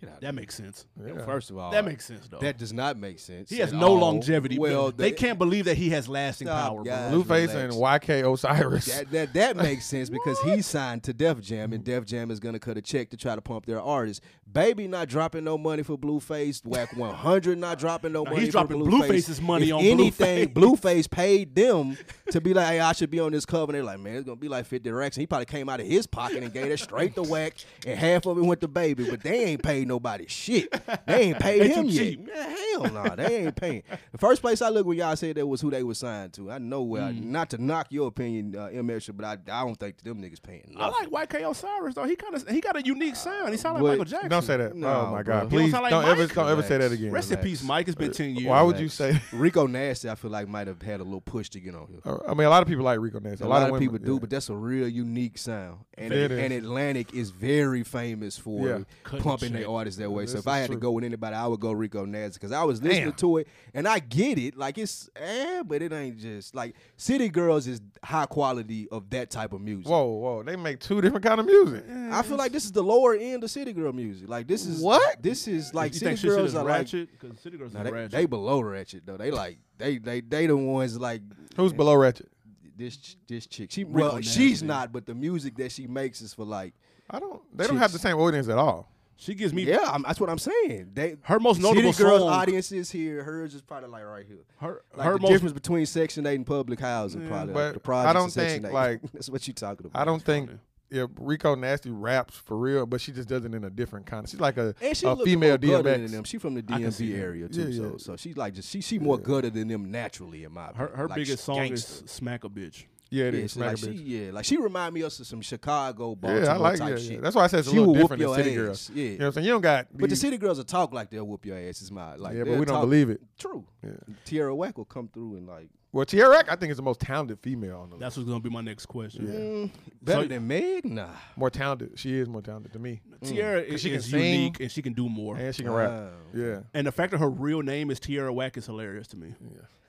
Speaker 1: get out.
Speaker 2: That makes sense.
Speaker 3: Yeah.
Speaker 1: First of all,
Speaker 2: That makes sense though.
Speaker 1: that does not make sense.
Speaker 2: he has
Speaker 1: at
Speaker 2: no
Speaker 1: all.
Speaker 2: longevity.
Speaker 1: "Oh, Well,
Speaker 2: they
Speaker 1: the-
Speaker 2: can't believe that he has lasting
Speaker 1: Stop,
Speaker 2: power.
Speaker 1: guys.
Speaker 2: Bro.
Speaker 3: Blueface
Speaker 1: relax.
Speaker 3: and YK Osiris.
Speaker 1: That, that that makes sense because he's signed to Def Jam and Def Jam is gonna cut a check to try to pump their artists. Baby not dropping no money for Blueface. Whack 100 not dropping no
Speaker 2: Nah,
Speaker 1: money.
Speaker 2: he's
Speaker 1: for
Speaker 2: dropping
Speaker 1: Blueface.
Speaker 2: Blueface's money
Speaker 1: If
Speaker 2: on
Speaker 1: anything.
Speaker 2: Blueface.
Speaker 1: Blueface paid them to be like, hey, I should be on this cover. And they're like, man, it's gonna be like 50 racks. And he probably came out of his pocket and gave it straight to Whack, and half of it went to Baby. But they ain't paid nobody shit. They ain't paid
Speaker 2: They too
Speaker 1: him yet.
Speaker 2: cheap.
Speaker 1: Man, hell no, they ain't paying. The first place I looked when y'all said that was who they were signed to. I know well,
Speaker 3: Mm.
Speaker 1: not to knock your opinion, uh, M. Escher, but I, I don't think them niggas paying.
Speaker 2: I
Speaker 1: Nothing.
Speaker 2: like YK Osiris though. He kind of he got a unique sound. He sounds like
Speaker 1: But-
Speaker 2: Michael Jackson.
Speaker 3: don't say that.
Speaker 1: No,
Speaker 3: oh my God!
Speaker 2: bro. You don't
Speaker 3: Please
Speaker 2: sound
Speaker 3: don't,
Speaker 2: like
Speaker 3: ever,
Speaker 2: Mike.
Speaker 3: don't ever say that
Speaker 1: Relax.
Speaker 3: again.
Speaker 2: Rest in peace, Mike. It's
Speaker 1: Uh,
Speaker 2: been ten years.
Speaker 3: Why would
Speaker 1: Relax.
Speaker 3: you say?
Speaker 1: Rico Nasty, I feel like might have had a little push to get on here.
Speaker 3: I mean, a lot of people like Rico Nasty.
Speaker 1: A lot, of,
Speaker 3: women,
Speaker 1: people do,
Speaker 3: yeah.
Speaker 1: but that's a real unique sound. And,
Speaker 3: It
Speaker 1: and
Speaker 3: is.
Speaker 1: Atlantic is very famous for
Speaker 3: Yeah.
Speaker 2: Cutting
Speaker 1: pumping
Speaker 2: check.
Speaker 1: their artists that way.
Speaker 3: This
Speaker 1: so if
Speaker 3: is
Speaker 1: I had
Speaker 3: true.
Speaker 1: to go with anybody, I would go Rico Nasty because I was listening
Speaker 3: Damn.
Speaker 1: to it and I get it. Like it's, eh, but it ain't just like City Girls is high quality of that type of music.
Speaker 3: Whoa, whoa! They make two different kind of music.
Speaker 1: I feel like this is the lower end of City Girl music. Like this is
Speaker 3: What?
Speaker 1: This is like
Speaker 2: you
Speaker 1: City
Speaker 2: think shit
Speaker 1: Girls
Speaker 2: is
Speaker 1: are like
Speaker 2: ratchet? Because city girls
Speaker 1: Nah,
Speaker 2: are
Speaker 1: they,
Speaker 2: ratchet.
Speaker 1: they below ratchet though. They like they they they the ones like
Speaker 3: Who's below ratchet?
Speaker 1: this ch- this chick. She well
Speaker 2: Nasty.
Speaker 1: she's not, but the music that she makes is for like
Speaker 3: I don't. They don't have the same audience at all.
Speaker 2: she gives me
Speaker 1: yeah. I'm, that's what I'm saying. They
Speaker 2: Her most notable
Speaker 1: City Girls
Speaker 2: song-
Speaker 1: audience is here. Hers is probably like right here.
Speaker 2: her
Speaker 1: Like
Speaker 2: her
Speaker 1: the
Speaker 2: most
Speaker 1: difference between Section Eight and public housing, probably.
Speaker 3: but
Speaker 1: like the projects
Speaker 3: I don't
Speaker 1: and Section 8.
Speaker 3: think, like-
Speaker 1: that's what you talking about.
Speaker 3: I don't think yeah, Rico Nasty raps for real, but she just does it in a different kind. Of, she's like a,
Speaker 1: And she
Speaker 3: a
Speaker 1: look
Speaker 3: female
Speaker 1: more gutted than them.
Speaker 3: DMX.
Speaker 1: She from the
Speaker 2: can see
Speaker 1: DMV
Speaker 2: that.
Speaker 1: area too,
Speaker 3: Yeah, yeah.
Speaker 1: so so she's like just she she more gutted than them naturally in my
Speaker 2: her,
Speaker 1: opinion.
Speaker 2: her
Speaker 1: Like,
Speaker 2: biggest
Speaker 1: she
Speaker 2: song
Speaker 1: gangster.
Speaker 2: is "Smack a Bitch."
Speaker 3: Yeah, it
Speaker 1: Yeah,
Speaker 3: is.
Speaker 1: she,
Speaker 3: Smack
Speaker 1: like
Speaker 3: a
Speaker 1: she,
Speaker 3: bitch.
Speaker 1: yeah, like she remind me of some Chicago, Baltimore
Speaker 3: Yeah, I like
Speaker 1: type
Speaker 3: yeah,
Speaker 1: shit.
Speaker 3: yeah. That's why I said it's
Speaker 1: She
Speaker 3: a
Speaker 1: will
Speaker 3: little
Speaker 1: whoop
Speaker 3: different than
Speaker 1: your ass,
Speaker 3: City Girls.
Speaker 1: yeah.
Speaker 3: You know what I'm saying? You don't got.
Speaker 1: But the
Speaker 3: these-
Speaker 1: city girls will talk like they'll whoop your ass. Is my like.
Speaker 3: Yeah, but
Speaker 1: they'll
Speaker 3: we don't
Speaker 1: talk-
Speaker 3: believe it.
Speaker 1: True.
Speaker 3: Yeah.
Speaker 1: Tierra Whack will come through and like
Speaker 3: Well, Tierra, I think is the most talented female on the list.
Speaker 2: That's what's gonna be my next question.
Speaker 1: mm, better
Speaker 2: So-
Speaker 1: than Meg. Nah.
Speaker 3: More talented. She is more talented to me,
Speaker 1: Mm.
Speaker 2: Tiara is,
Speaker 3: she can
Speaker 2: is
Speaker 3: sing.
Speaker 2: unique and she can do more.
Speaker 3: and she can rap.
Speaker 1: Wow.
Speaker 3: Yeah.
Speaker 2: And the fact that her real name is Tiara Whack is hilarious to me.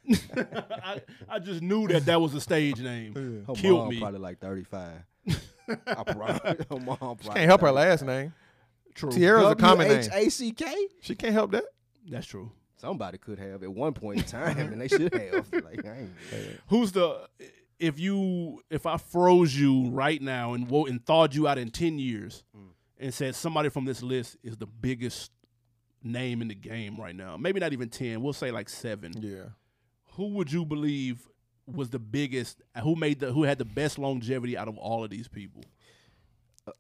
Speaker 2: I, I just knew that that was a stage name.
Speaker 1: Her
Speaker 2: Killed
Speaker 1: mom
Speaker 2: me.
Speaker 1: probably like thirty five. I promise. Her mom probably
Speaker 3: Can't help her last name.
Speaker 2: True.
Speaker 3: Tierra's a common name.
Speaker 1: H A C K.
Speaker 3: She can't help that.
Speaker 2: That's true.
Speaker 1: Somebody could have at one point in time, and they should have. Like, I ain't,
Speaker 2: Who's the if you if I froze you right now and wo- and thawed you out in ten years
Speaker 1: Mm.
Speaker 2: and said somebody from this list is the biggest name in the game right now. Maybe not even ten. We'll say like seven.
Speaker 3: Yeah.
Speaker 2: Who would you believe was the biggest? Who made the who had the best longevity out of all of these people?
Speaker 3: Uh,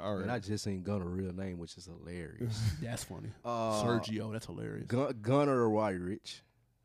Speaker 3: all
Speaker 1: and I
Speaker 3: right.
Speaker 1: just ain't gonna real name, which is hilarious.
Speaker 2: That's funny.
Speaker 1: Uh,
Speaker 2: Sergio, that's hilarious.
Speaker 1: Gun- Gunner or Roddy Rich,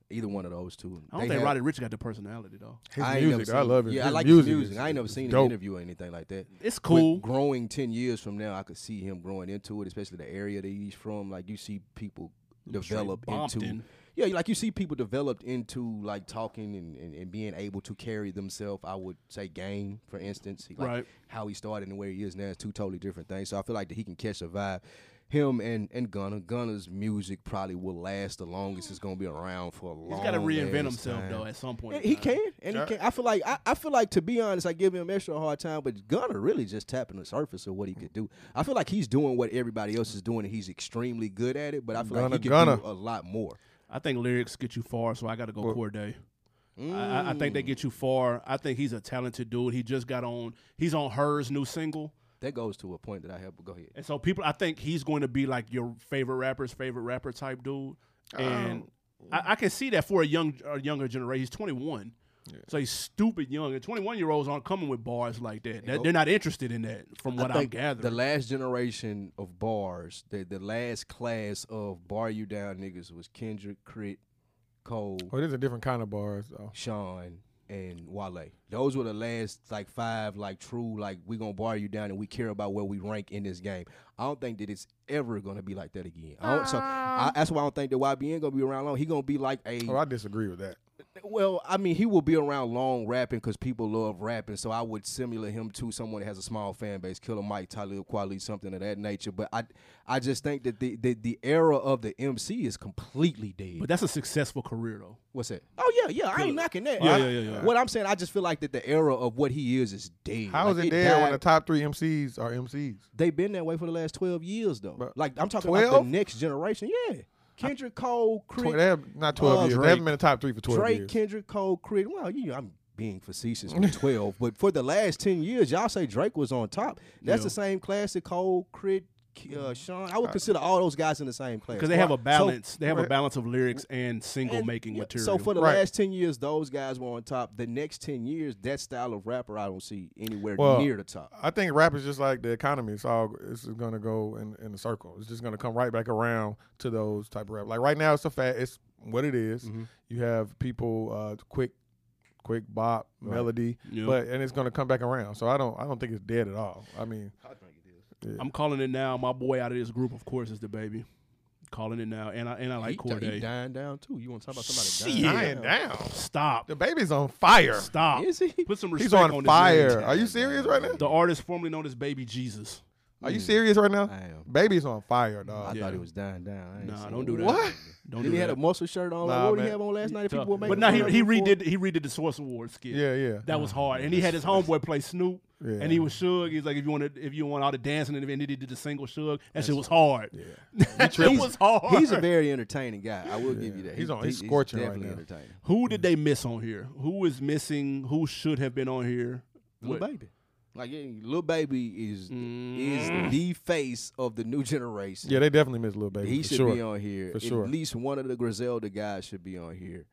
Speaker 1: either one of those two.
Speaker 2: I don't
Speaker 1: They
Speaker 2: think
Speaker 1: have-
Speaker 2: Roddy Rich got the personality though.
Speaker 3: His
Speaker 1: I ain't never
Speaker 3: music, I
Speaker 1: seen-
Speaker 3: love it.
Speaker 1: Yeah, I
Speaker 3: His
Speaker 1: like
Speaker 3: music
Speaker 1: his music.
Speaker 3: is-
Speaker 1: I ain't never
Speaker 3: is
Speaker 1: seen
Speaker 3: dope.
Speaker 1: an interview or anything like that.
Speaker 2: It's
Speaker 1: But
Speaker 2: cool.
Speaker 1: growing ten years from now, I could see him growing into it, especially the area that he's from. Like you see people develop into.
Speaker 2: Bompton.
Speaker 1: Yeah, like you see people developed into like talking and, and, and being able to carry themselves. I would say game, for instance, He, like
Speaker 2: Right.
Speaker 1: how he started and where he is now is two totally different things. So I feel like that he can catch a vibe. Him and and Gunner, Gunner's music probably will last the longest. It's gonna be around for a long.
Speaker 2: He's got to reinvent
Speaker 1: ass
Speaker 2: himself
Speaker 1: time.
Speaker 2: though at some point.
Speaker 1: And
Speaker 2: in
Speaker 1: he
Speaker 2: time.
Speaker 1: can, and
Speaker 3: Yeah.
Speaker 1: he can. I feel like I, I feel like to be honest, I give him extra a hard time, but Gunner really just tapping the surface of what he could do. I feel like he's doing what everybody else is doing, and he's extremely good at it. But I feel like
Speaker 3: Gunna,
Speaker 1: he could
Speaker 3: Gunna.
Speaker 1: do a lot more.
Speaker 2: I think lyrics get you far, so I got to go Corday. I, I- I think they
Speaker 1: Mm.
Speaker 2: get you far. I think he's a talented dude. He just got on. He's on her's new single,
Speaker 1: That goes to a point that I have. But go ahead.
Speaker 2: and so people. I think he's going to be like your favorite rapper's favorite rapper type dude, and
Speaker 1: Oh.
Speaker 2: I, I can see that for a young, a younger generation. He's twenty one. So he's stupid young, and twenty-one year olds aren't coming with bars like that. That- They're not interested in that, from what
Speaker 1: I
Speaker 2: I'm
Speaker 1: think The
Speaker 2: gathering.
Speaker 1: last generation of bars, the the last class of bar you down niggas was Kendrick, Crit, Cole,
Speaker 3: Oh, there's a different kind of bars though.
Speaker 1: Sean, and Wale. Those were the last like five like true like we gonna bar you down and we care about where we rank in this game. I don't think that it's ever gonna be like that again. I don't, so I, that's why I don't think that YBN gonna be around long. He gonna be like a
Speaker 3: Oh, I disagree with that.
Speaker 1: well, I mean, he will be around long rapping because people love rapping. So I would simulate him to someone that has a small fan base, Killer Mike, Talib Kweli, something of that nature. But I, I just think that the the, the era of the MC is completely dead.
Speaker 2: but that's a successful career, though.
Speaker 1: What's that? Oh yeah, yeah. I ain't knocking that.
Speaker 2: Yeah,
Speaker 1: I-
Speaker 2: yeah, yeah, yeah.
Speaker 1: What I'm saying, I just feel like that the era of what he is is dead.
Speaker 3: How is
Speaker 1: Like,
Speaker 3: it dead when
Speaker 1: died-
Speaker 3: the top three MCs are MCs?
Speaker 1: They've been that way for the last twelve years though.
Speaker 3: But
Speaker 1: like I'm talking about
Speaker 3: 12?
Speaker 1: the next generation. Yeah, Kendrick Cole,
Speaker 3: Tw-
Speaker 1: Crit,
Speaker 3: they have not twelve
Speaker 1: Uh,
Speaker 3: years.
Speaker 1: Drake.
Speaker 3: They haven't been in the top three for twelve
Speaker 1: Drake,
Speaker 3: years.
Speaker 1: Kendrick, Cole, Creed. Well, you know, I'm being facetious with 12, but for the last 10 years, y'all say Drake was on top. That's
Speaker 2: Yeah.
Speaker 1: the same class that Cole, Creed, uh, Sean. I would consider all those guys in the same class.
Speaker 2: Because they have a
Speaker 1: So-
Speaker 2: balance. they have a
Speaker 3: Right.
Speaker 2: balance of lyrics and single making
Speaker 1: yeah,
Speaker 2: material.
Speaker 1: So for the
Speaker 3: Right.
Speaker 1: last 10 years, those guys were on top. The next 10 years, that style of rapper, I don't see anywhere
Speaker 3: Well,
Speaker 1: near the top.
Speaker 3: I think rap is just like the economy. It's all it's just gonna go in, in a circle. It's just gonna come right back around to those type of rap. Like right now, it's a fat. It's what it is.
Speaker 1: Mm-hmm.
Speaker 3: You have people uh, quick, quick bop melody,
Speaker 2: Yeah.
Speaker 1: Uh,
Speaker 3: but and it's gonna come back around. So I don't I don't think it's dead at all. I mean,
Speaker 2: I'm calling it now. My boy out of this group, of course, is the baby. Calling it now, and I and I like
Speaker 1: he, he
Speaker 2: Corday.
Speaker 1: dying down too. You want to talk about somebody
Speaker 2: Shit.
Speaker 1: dying?
Speaker 3: Dying down.
Speaker 2: Stop.
Speaker 3: The baby's on fire.
Speaker 2: Stop.
Speaker 1: Is he?
Speaker 2: Put some respect
Speaker 3: He's on,
Speaker 2: on this man.
Speaker 3: fire. Are you serious right now?
Speaker 2: The artist formerly known as Baby Jesus.
Speaker 3: Are you serious right now?
Speaker 1: Mm. I am.
Speaker 3: Baby's on fire,
Speaker 1: I
Speaker 3: dog.
Speaker 2: Yeah.
Speaker 1: thought he was dying down. I ain't
Speaker 2: Nah,
Speaker 1: seen
Speaker 2: don't
Speaker 1: it.
Speaker 2: do that.
Speaker 3: What?
Speaker 2: Don't
Speaker 1: Then he
Speaker 2: do that.
Speaker 1: had a muscle shirt on. like,
Speaker 3: Nah,
Speaker 1: what did he
Speaker 3: man.
Speaker 1: have on last night? If
Speaker 2: Tough.
Speaker 1: people were making
Speaker 2: but now he,
Speaker 1: fun of
Speaker 2: he
Speaker 1: him for it?
Speaker 2: redid he redid the Source Award skit.
Speaker 3: Yeah, yeah.
Speaker 2: That was hard, and he had his homeboy play Snoop, and he was Suge. He's like, if you want to, if you want all the dancing, and then he did the single Suge. That shit was hard. that shit was hard.
Speaker 1: He's a very entertaining guy. I will give you that.
Speaker 3: He's on- he's
Speaker 1: he-
Speaker 3: scorching right
Speaker 1: definitely
Speaker 3: now.
Speaker 1: entertaining.
Speaker 2: who did they miss on here? Who is missing? Who should have been on here? What-
Speaker 1: Little baby, like little baby is is the face of the new generation.
Speaker 3: Mm. Yeah, they definitely miss little baby.
Speaker 1: he
Speaker 3: for
Speaker 1: should
Speaker 3: sure.
Speaker 1: be on here.
Speaker 3: For
Speaker 1: At
Speaker 3: sure.
Speaker 1: least one of the Griselda guys should be on here.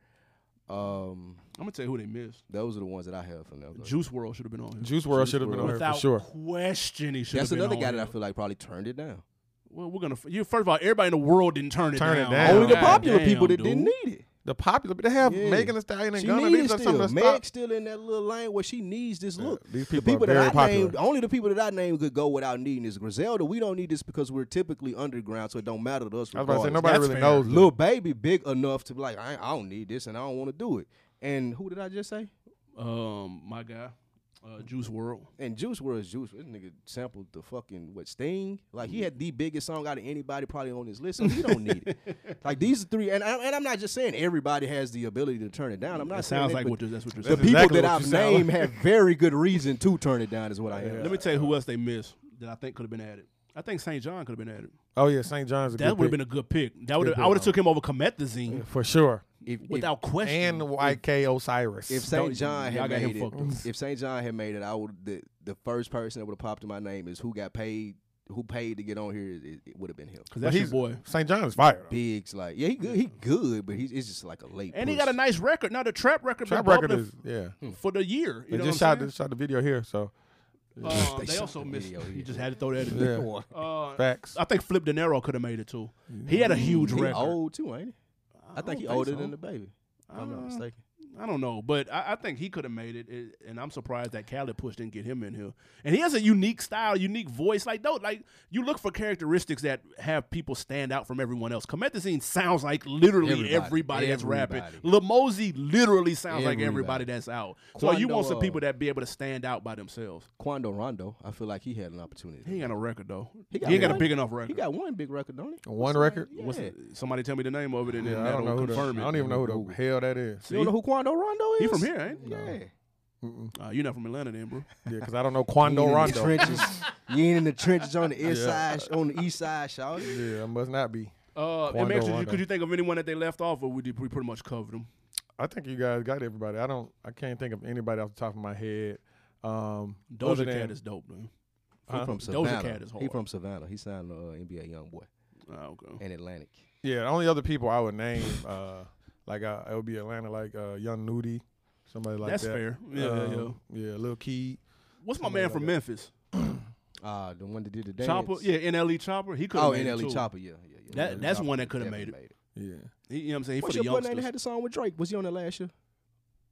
Speaker 1: Um,
Speaker 2: I'm gonna tell you who they missed.
Speaker 1: those are the ones that I have from them.
Speaker 2: Juice World should have been on here.
Speaker 3: Juice World should have been on her
Speaker 2: Without
Speaker 3: for sure.
Speaker 2: question, he should.
Speaker 1: That's
Speaker 2: have been
Speaker 1: another
Speaker 2: on
Speaker 1: guy
Speaker 2: here.
Speaker 1: that I feel like probably turned it down.
Speaker 2: Well, we're gonna. You first of all, everybody in the world didn't turn it
Speaker 3: Turn it
Speaker 2: down.
Speaker 3: down.
Speaker 1: Only the
Speaker 3: God
Speaker 1: popular
Speaker 2: damn,
Speaker 1: people that
Speaker 2: dude.
Speaker 1: didn't need it.
Speaker 3: The popular, but they have
Speaker 1: Yeah.
Speaker 3: Megan Thee Stallion and
Speaker 1: She
Speaker 3: Gunna.
Speaker 1: needs
Speaker 3: These
Speaker 1: it
Speaker 3: are some
Speaker 1: still.
Speaker 3: of the stuff.
Speaker 1: Meg's still in that little lane where she needs this look.
Speaker 3: these
Speaker 1: the
Speaker 3: people are
Speaker 1: people that
Speaker 3: very
Speaker 1: I
Speaker 3: popular.
Speaker 1: named, only the people that I named could go without needing this. Griselda, we don't need this because we're typically underground, so it don't matter to us.
Speaker 3: I was about to say
Speaker 1: regardless.
Speaker 3: nobody
Speaker 2: That's fair.
Speaker 3: really knows.
Speaker 1: Little baby, big enough to be like, I, I don't need this and I don't want to do it. And who did I just say?
Speaker 2: Um, my guy, uh, Juice World.
Speaker 1: And Juice World is Juice. This nigga sampled the fucking what Sting. Like he had the biggest song out of anybody probably on this list. So he don't need it. Like these three, and I, and I'm not just saying everybody has the ability to turn it down. I'm not
Speaker 2: That
Speaker 1: saying
Speaker 2: sounds
Speaker 1: that,
Speaker 2: like
Speaker 1: but
Speaker 2: what you're, that's what you're
Speaker 1: the
Speaker 2: saying.
Speaker 1: people
Speaker 3: exactly
Speaker 1: that
Speaker 3: what you
Speaker 1: I've
Speaker 3: sound
Speaker 1: named have very good reason to turn it down. Is what I am.
Speaker 2: Let me tell you who else they missed that I think could have been added. I think St. John could have been added.
Speaker 3: Oh yeah, St. John's. A
Speaker 2: That
Speaker 3: good
Speaker 2: would have
Speaker 3: pick.
Speaker 2: been a good pick. That would have I would have took him over Comethazine
Speaker 3: for sure.
Speaker 1: If, if-
Speaker 2: without question.
Speaker 3: And YK Osiris.
Speaker 1: If
Speaker 2: Don't-
Speaker 1: St. John
Speaker 2: y'all
Speaker 1: had
Speaker 2: got him
Speaker 1: made
Speaker 2: fucked up.
Speaker 1: it, if St. John had made it, I would the, the first person that would have popped in my name is who got paid, who paid to get on here. It, it would have been him.
Speaker 2: Cause that's your boy.
Speaker 3: St. John is fire. Though.
Speaker 1: Bigs like yeah, he good, he good, but he's it's just like a late.
Speaker 2: And he
Speaker 1: push.
Speaker 2: got a nice record. Now the trap record
Speaker 3: Trap
Speaker 2: been
Speaker 3: record
Speaker 2: bubbling
Speaker 3: is yeah.
Speaker 2: f- for the year. You
Speaker 3: They
Speaker 2: know
Speaker 3: just
Speaker 2: what I'm
Speaker 3: shot the, shot the video here, so
Speaker 2: saying? Uh, they
Speaker 1: shot
Speaker 2: also
Speaker 1: the
Speaker 2: missed.
Speaker 1: video
Speaker 2: You
Speaker 1: here.
Speaker 2: just had to throw that in
Speaker 3: yeah.
Speaker 2: there. Uh,
Speaker 3: Facts.
Speaker 2: I think Flip De Niro could have made it too. He had a huge
Speaker 1: He
Speaker 2: record.
Speaker 1: old too, ain't he? I,
Speaker 2: don't
Speaker 1: think he
Speaker 2: think
Speaker 1: older
Speaker 2: so. Uh,
Speaker 1: than the baby. If I'm not mistaken.
Speaker 2: I don't know, but I, I think he could have made it, it- and I'm surprised that Khaled Push didn't get him in here. And he has a unique style, unique voice. Like, don't like you look for characteristics that have people stand out from everyone else. Comethazine sounds like literally everybody,
Speaker 1: Everybody.
Speaker 2: that's rapping.
Speaker 1: Everybody.
Speaker 2: Lamozy literally sounds like
Speaker 1: Everybody.
Speaker 2: everybody that's out. so
Speaker 1: Quando,
Speaker 2: you want some
Speaker 1: uh,
Speaker 2: people that be able to stand out by themselves.
Speaker 1: Quando Rondo, I feel like he had an opportunity.
Speaker 2: He ain't got no record though. He,
Speaker 1: He got
Speaker 2: ain't got a
Speaker 1: one.
Speaker 2: big enough
Speaker 1: He
Speaker 2: record.
Speaker 1: got one big record, don't he?
Speaker 3: One record.
Speaker 1: Yeah.
Speaker 2: What's somebody tell me the name of it and then
Speaker 3: Yeah, I
Speaker 2: that'll
Speaker 3: don't know who the, I
Speaker 2: confirm
Speaker 3: don't
Speaker 2: it.
Speaker 3: even know who the hell that is.
Speaker 1: You don't know who Quando Rondo is?
Speaker 2: He from here, ain't? he?
Speaker 1: Yeah.
Speaker 2: Uh, you're not from Atlanta, then, bro.
Speaker 3: Yeah, because I don't know
Speaker 1: You
Speaker 3: Quando
Speaker 1: ain't in the
Speaker 3: Rondo.
Speaker 1: trenches. you ain't in the trenches on the east side, on the east side, y'all.
Speaker 3: Yeah, I must not be.
Speaker 2: Uh,
Speaker 3: Quando
Speaker 2: and Max, did you,
Speaker 3: Rondo.
Speaker 2: could you think of anyone that they left off, or we, did, we pretty much covered them?
Speaker 3: I think you guys got everybody. I don't. I can't think of anybody off the top of my head. Um,
Speaker 2: Doja
Speaker 3: other
Speaker 2: Cat
Speaker 3: than-
Speaker 2: is dope, man.
Speaker 1: He from
Speaker 2: Doja
Speaker 1: Savannah.
Speaker 2: Cat is
Speaker 1: He
Speaker 2: hard.
Speaker 1: from Savannah. He signed to uh, NBA YoungBoy
Speaker 2: Oh, okay.
Speaker 1: and Atlantic.
Speaker 3: Yeah, the only other people I would name, uh, like uh, it would be Atlanta, like uh, Young Nudie, somebody like
Speaker 2: That's
Speaker 3: that. Um,
Speaker 2: fair. Yeah, yeah, yeah.
Speaker 3: yeah, Lil Key.
Speaker 2: What's my man
Speaker 3: like
Speaker 2: from
Speaker 3: that.
Speaker 2: Memphis?
Speaker 1: Ah, the one that did the dance.
Speaker 2: Chopper, yeah, NLE Chopper. He could have
Speaker 1: Oh,
Speaker 3: E
Speaker 2: made it
Speaker 1: NLE
Speaker 2: too.
Speaker 1: Chopper. Yeah, yeah, yeah.
Speaker 2: That-
Speaker 1: NLE
Speaker 2: that's
Speaker 1: Chopper
Speaker 2: one that coulda
Speaker 1: definitely
Speaker 2: made
Speaker 1: it.
Speaker 3: Yeah,
Speaker 2: He- you know what I'm saying? He for
Speaker 1: What's
Speaker 2: the
Speaker 1: your boy name that
Speaker 2: youngsters.
Speaker 1: had the song with Drake? Was he on that last year?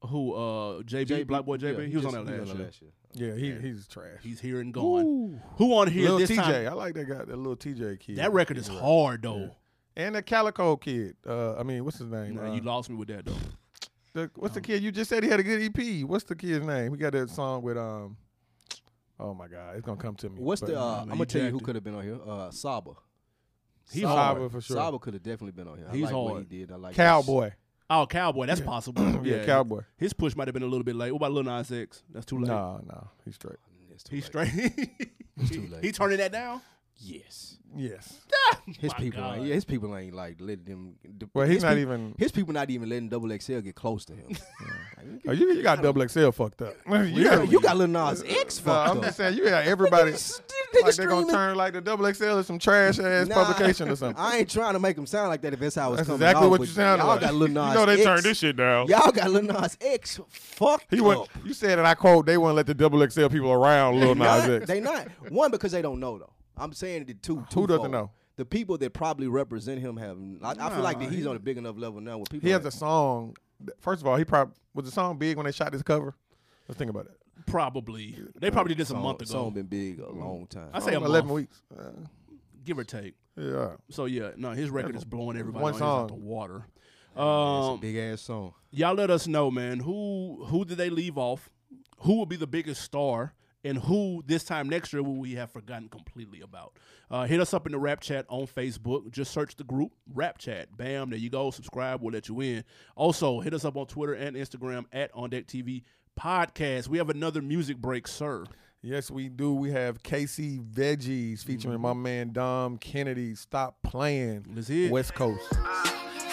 Speaker 2: Who? Uh, JB, Black Boy JB.
Speaker 1: yeah,
Speaker 2: he was
Speaker 1: just-
Speaker 2: on that
Speaker 1: he
Speaker 2: last year.
Speaker 1: year.
Speaker 3: yeah, he he's trash.
Speaker 2: He's here and gone. Who on here
Speaker 3: Lil
Speaker 2: this
Speaker 3: TJ,
Speaker 2: time?
Speaker 3: I like that guy, that little TJ kid.
Speaker 2: That record is hard though.
Speaker 3: And the Calico kid. Uh, I mean, what's his name?
Speaker 2: Nah,
Speaker 3: Uh,
Speaker 2: you lost me with that though.
Speaker 3: the, what's the kid? You just said he had a good EP. What's the kid's name? We got that song with um. Oh my God, it's gonna come to me.
Speaker 1: What's
Speaker 3: but-
Speaker 1: the? Uh, I'm
Speaker 2: man,
Speaker 1: gonna
Speaker 2: he
Speaker 1: tell you who
Speaker 2: jacked it.
Speaker 1: could have been on here. Uh, Saba.
Speaker 2: He's
Speaker 3: Saba
Speaker 2: hard.
Speaker 3: for sure.
Speaker 1: Saba could have definitely been on here. I
Speaker 2: He's
Speaker 1: like what
Speaker 2: hard.
Speaker 1: he did. I like
Speaker 3: Cowboy.
Speaker 2: Oh, Cowboy. That's possible.
Speaker 3: Yeah, Cowboy.
Speaker 2: His push might have been a little bit late. What about Lil Nas X? That's too late.
Speaker 3: No, no, he's straight.
Speaker 1: It's too
Speaker 2: He's
Speaker 1: late.
Speaker 2: straight.
Speaker 1: too
Speaker 2: he
Speaker 1: late.
Speaker 2: turning that down.
Speaker 1: Yes.
Speaker 3: Yes.
Speaker 1: His
Speaker 2: My
Speaker 1: people. Ain't,
Speaker 2: God.
Speaker 1: yeah, his people ain't like letting him. the-
Speaker 3: Well, he's
Speaker 1: his
Speaker 3: not
Speaker 1: peop-
Speaker 3: even-
Speaker 1: His people not even letting Double XL get close to him.
Speaker 3: Oh, you, you got double XL fucked up. You
Speaker 1: Yeah,
Speaker 3: got,
Speaker 1: you got Lil Nas X
Speaker 3: No,
Speaker 1: fucked
Speaker 3: Uh, I'm
Speaker 1: up.
Speaker 3: just saying you got everybody.
Speaker 1: Niggas- niggas
Speaker 3: like they're gonna
Speaker 1: screaming.
Speaker 3: turn like the double XL is some trash ass
Speaker 1: Nah,
Speaker 3: publication or something.
Speaker 1: I ain't trying to make him sound like that. If that's how it's
Speaker 3: That's
Speaker 1: coming
Speaker 3: exactly
Speaker 1: off,
Speaker 3: what
Speaker 1: but
Speaker 3: you sounded
Speaker 1: y'all
Speaker 3: like.
Speaker 1: Got Lil
Speaker 3: You
Speaker 1: Nas
Speaker 3: know they
Speaker 1: X.
Speaker 3: turned this shit down.
Speaker 1: Y'all got Lil Nas X fucked
Speaker 3: He
Speaker 1: up.
Speaker 3: went, you said that I quote they wouldn't let the double XL people around Lil Nas
Speaker 1: not-
Speaker 3: X.
Speaker 1: They not one because they don't know though. I'm saying the two.
Speaker 3: Who
Speaker 1: twofold.
Speaker 3: doesn't know?
Speaker 1: The people that probably represent him have. I, I feel like that he's on a big enough level now. Where people
Speaker 3: He has
Speaker 1: like-
Speaker 3: a song. First of all, he probably was the song big when they shot this cover. Let's think about that.
Speaker 2: Probably. They probably did this a month
Speaker 1: Song- Song
Speaker 2: ago,
Speaker 1: been big
Speaker 3: Mm.
Speaker 1: a long time.
Speaker 2: I say a
Speaker 3: eleven
Speaker 2: month.
Speaker 3: weeks. Uh,
Speaker 2: give or take.
Speaker 3: yeah.
Speaker 2: So yeah, no, his record is blowing everybody on
Speaker 3: one
Speaker 2: his out
Speaker 3: song.
Speaker 2: the water.
Speaker 1: That's a
Speaker 2: Um,
Speaker 1: big ass song.
Speaker 2: y'all let us know, man. Who who did they leave off? Who will be the biggest star? And who this time next year will we have forgotten completely about? Uh, hit us up in the Rap Chat on Facebook. Just search the group Rap Chat. Bam, there you go. Subscribe, we'll let you in. Also, hit us up on Twitter and Instagram at On Deck TV Podcast. We have another music break, sir.
Speaker 3: Yes, we do. We have KC Veggies
Speaker 2: Mm-hmm.
Speaker 3: featuring my man Dom Kennedy. Stop playing.
Speaker 2: Let's hear it.
Speaker 3: West Coast.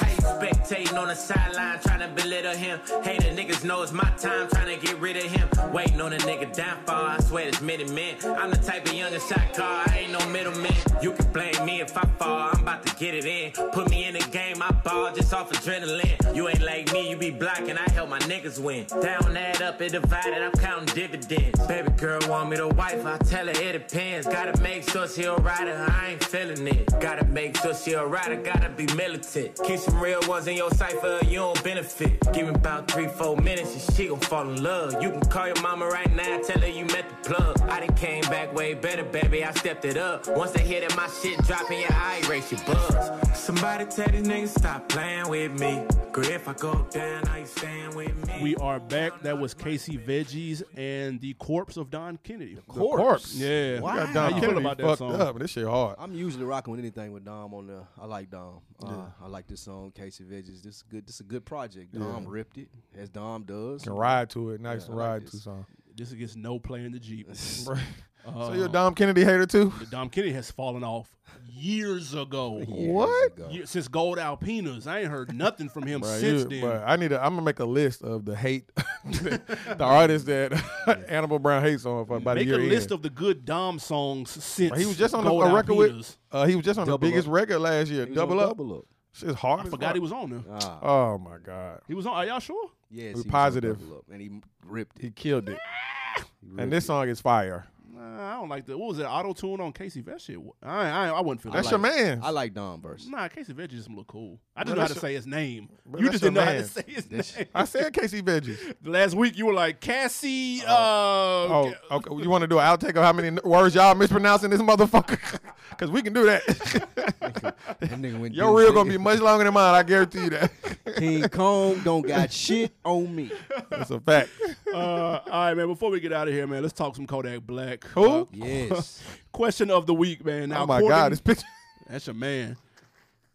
Speaker 5: I spectating on the sideline, trying to belittle him. Hey, the niggas know it's my time, trying to get rid of him. Waiting on a nigga downfall, I swear there's many men. I'm the type of young shot car, I ain't no middleman. You can blame me if I fall, I'm about to get it in. Put me in the game, I ball just off adrenaline. You ain't like me, you be blocking, I help my niggas win. Down, add up, it divided, I'm counting dividends. Baby girl want me to wife, I tell her it depends. Gotta make sure she a rider, I ain't feeling it. Gotta make sure she a rider, gotta be militant. Keep some real ones in your cipher, you don't benefit. Give me about three, four minutes and she gon' fall in love. You can call your mama right now, tell her you met the plug. I done came back way better, baby, I stepped it up. Once they hear that my shit dropping, your eye race your buzz. Somebody tell these niggas stop playing with me. Girl, if I go down, I you staying with me?
Speaker 2: We are back. That was Casey Veggies and the corpse of Don Kennedy.
Speaker 3: Corpse.
Speaker 2: Yeah.
Speaker 3: We got
Speaker 2: Wow.
Speaker 3: Dom
Speaker 2: How you feel
Speaker 3: Kennedy
Speaker 2: about that
Speaker 3: fucked
Speaker 2: song?
Speaker 3: up. This shit hard.
Speaker 1: I'm usually rocking with anything with Dom on there. I like Dom. Uh, I like this song, Casey Veggies. This is good. This is a good project. Dom ripped it as Dom does.
Speaker 3: Can ride to it. Nice
Speaker 1: I
Speaker 3: to
Speaker 1: like
Speaker 3: ride to
Speaker 1: this.
Speaker 3: song.
Speaker 2: This gets no play in the Jeep.
Speaker 3: Right.
Speaker 2: Uh-huh.
Speaker 3: so you're a Dom Kennedy hater too?
Speaker 2: The Dom Kennedy has fallen off years ago.
Speaker 1: Years
Speaker 3: What?
Speaker 1: ago.
Speaker 2: Ye- Since Gold Alpinas, I ain't heard nothing from him
Speaker 3: Bruh,
Speaker 2: since
Speaker 3: you-
Speaker 2: then.
Speaker 3: bruh, I need to. I'm gonna make a list of the hate, the artists that Animal Brown hates on for about
Speaker 2: Make
Speaker 3: a
Speaker 2: a
Speaker 3: year.
Speaker 2: list
Speaker 3: end.
Speaker 2: of the good Dom songs since
Speaker 3: He was just on a,
Speaker 2: Gold
Speaker 3: a record with.
Speaker 2: Alpinas.
Speaker 3: Uh, he was just on
Speaker 1: Double
Speaker 3: the biggest
Speaker 1: Up.
Speaker 3: record last year.
Speaker 1: He was on
Speaker 3: Double up.
Speaker 1: Double up.
Speaker 3: Shit's hard.
Speaker 2: I
Speaker 3: as
Speaker 2: forgot
Speaker 3: fuck.
Speaker 2: he was on there.
Speaker 1: Ah,
Speaker 3: Oh my god.
Speaker 2: He was on. Are y'all sure?
Speaker 1: yes, he
Speaker 3: was
Speaker 1: was on
Speaker 3: positive.
Speaker 1: Double Up, and he m- ripped it.
Speaker 3: He killed it. and this song is fire.
Speaker 2: Nah, I don't like that. What was that auto tune on Casey Veg? Shit, wa- I I, I wouldn't feel
Speaker 1: I
Speaker 2: that.
Speaker 3: That's your man.
Speaker 1: I like Dom verse.
Speaker 2: Nah, Casey Veg just look cool. I
Speaker 3: Bruh,
Speaker 2: just know how to
Speaker 3: that's
Speaker 2: say his name.
Speaker 3: bruh,
Speaker 2: You
Speaker 3: that's
Speaker 2: just didn't know how
Speaker 3: your
Speaker 2: to
Speaker 3: man.
Speaker 2: say his name.
Speaker 3: I said Casey Veggies.
Speaker 2: Last week you were like Cassie. Uh,
Speaker 3: Oh, okay. You want to do an outtake of how many words y'all mispronouncing this motherfucker? Because we can do that.
Speaker 1: That nigga went
Speaker 3: Your reel gonna be much longer than mine. I guarantee you that.
Speaker 1: King Kong don't got shit on me.
Speaker 3: That's a fact.
Speaker 2: uh, all right, man. Before we get out of here, man, let's talk some Kodak Black.
Speaker 3: Who?
Speaker 2: Uh,
Speaker 1: Yes.
Speaker 2: question of the week, man. Now,
Speaker 3: Oh my
Speaker 2: according-
Speaker 3: god, this picture.
Speaker 2: that's your man.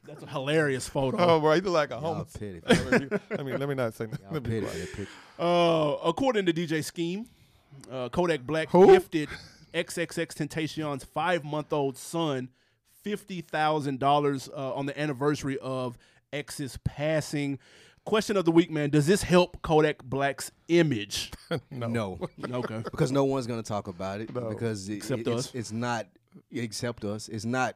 Speaker 2: That's a hilarious photo.
Speaker 3: Oh, bro, you look like a
Speaker 1: Y'all
Speaker 3: homeless.
Speaker 1: petty.
Speaker 3: let me let me- let me not say nothing.
Speaker 1: Y'all
Speaker 3: Let me
Speaker 1: petty
Speaker 3: be
Speaker 1: for
Speaker 3: quiet.
Speaker 1: that picture.
Speaker 2: Uh, according to DJ Scheme, uh, Kodak Black
Speaker 3: Who?
Speaker 2: gifted XXX Tentacion's five-month-old son fifty thousand uh, dollars on the anniversary of X's passing. Question of the week, man. Does this help Kodak Black's image?
Speaker 1: no.
Speaker 2: Okay.
Speaker 1: because no one's gonna talk about it
Speaker 3: No.
Speaker 1: because it,
Speaker 2: Except
Speaker 1: it- it's,
Speaker 2: us.
Speaker 1: it's not except us. It's not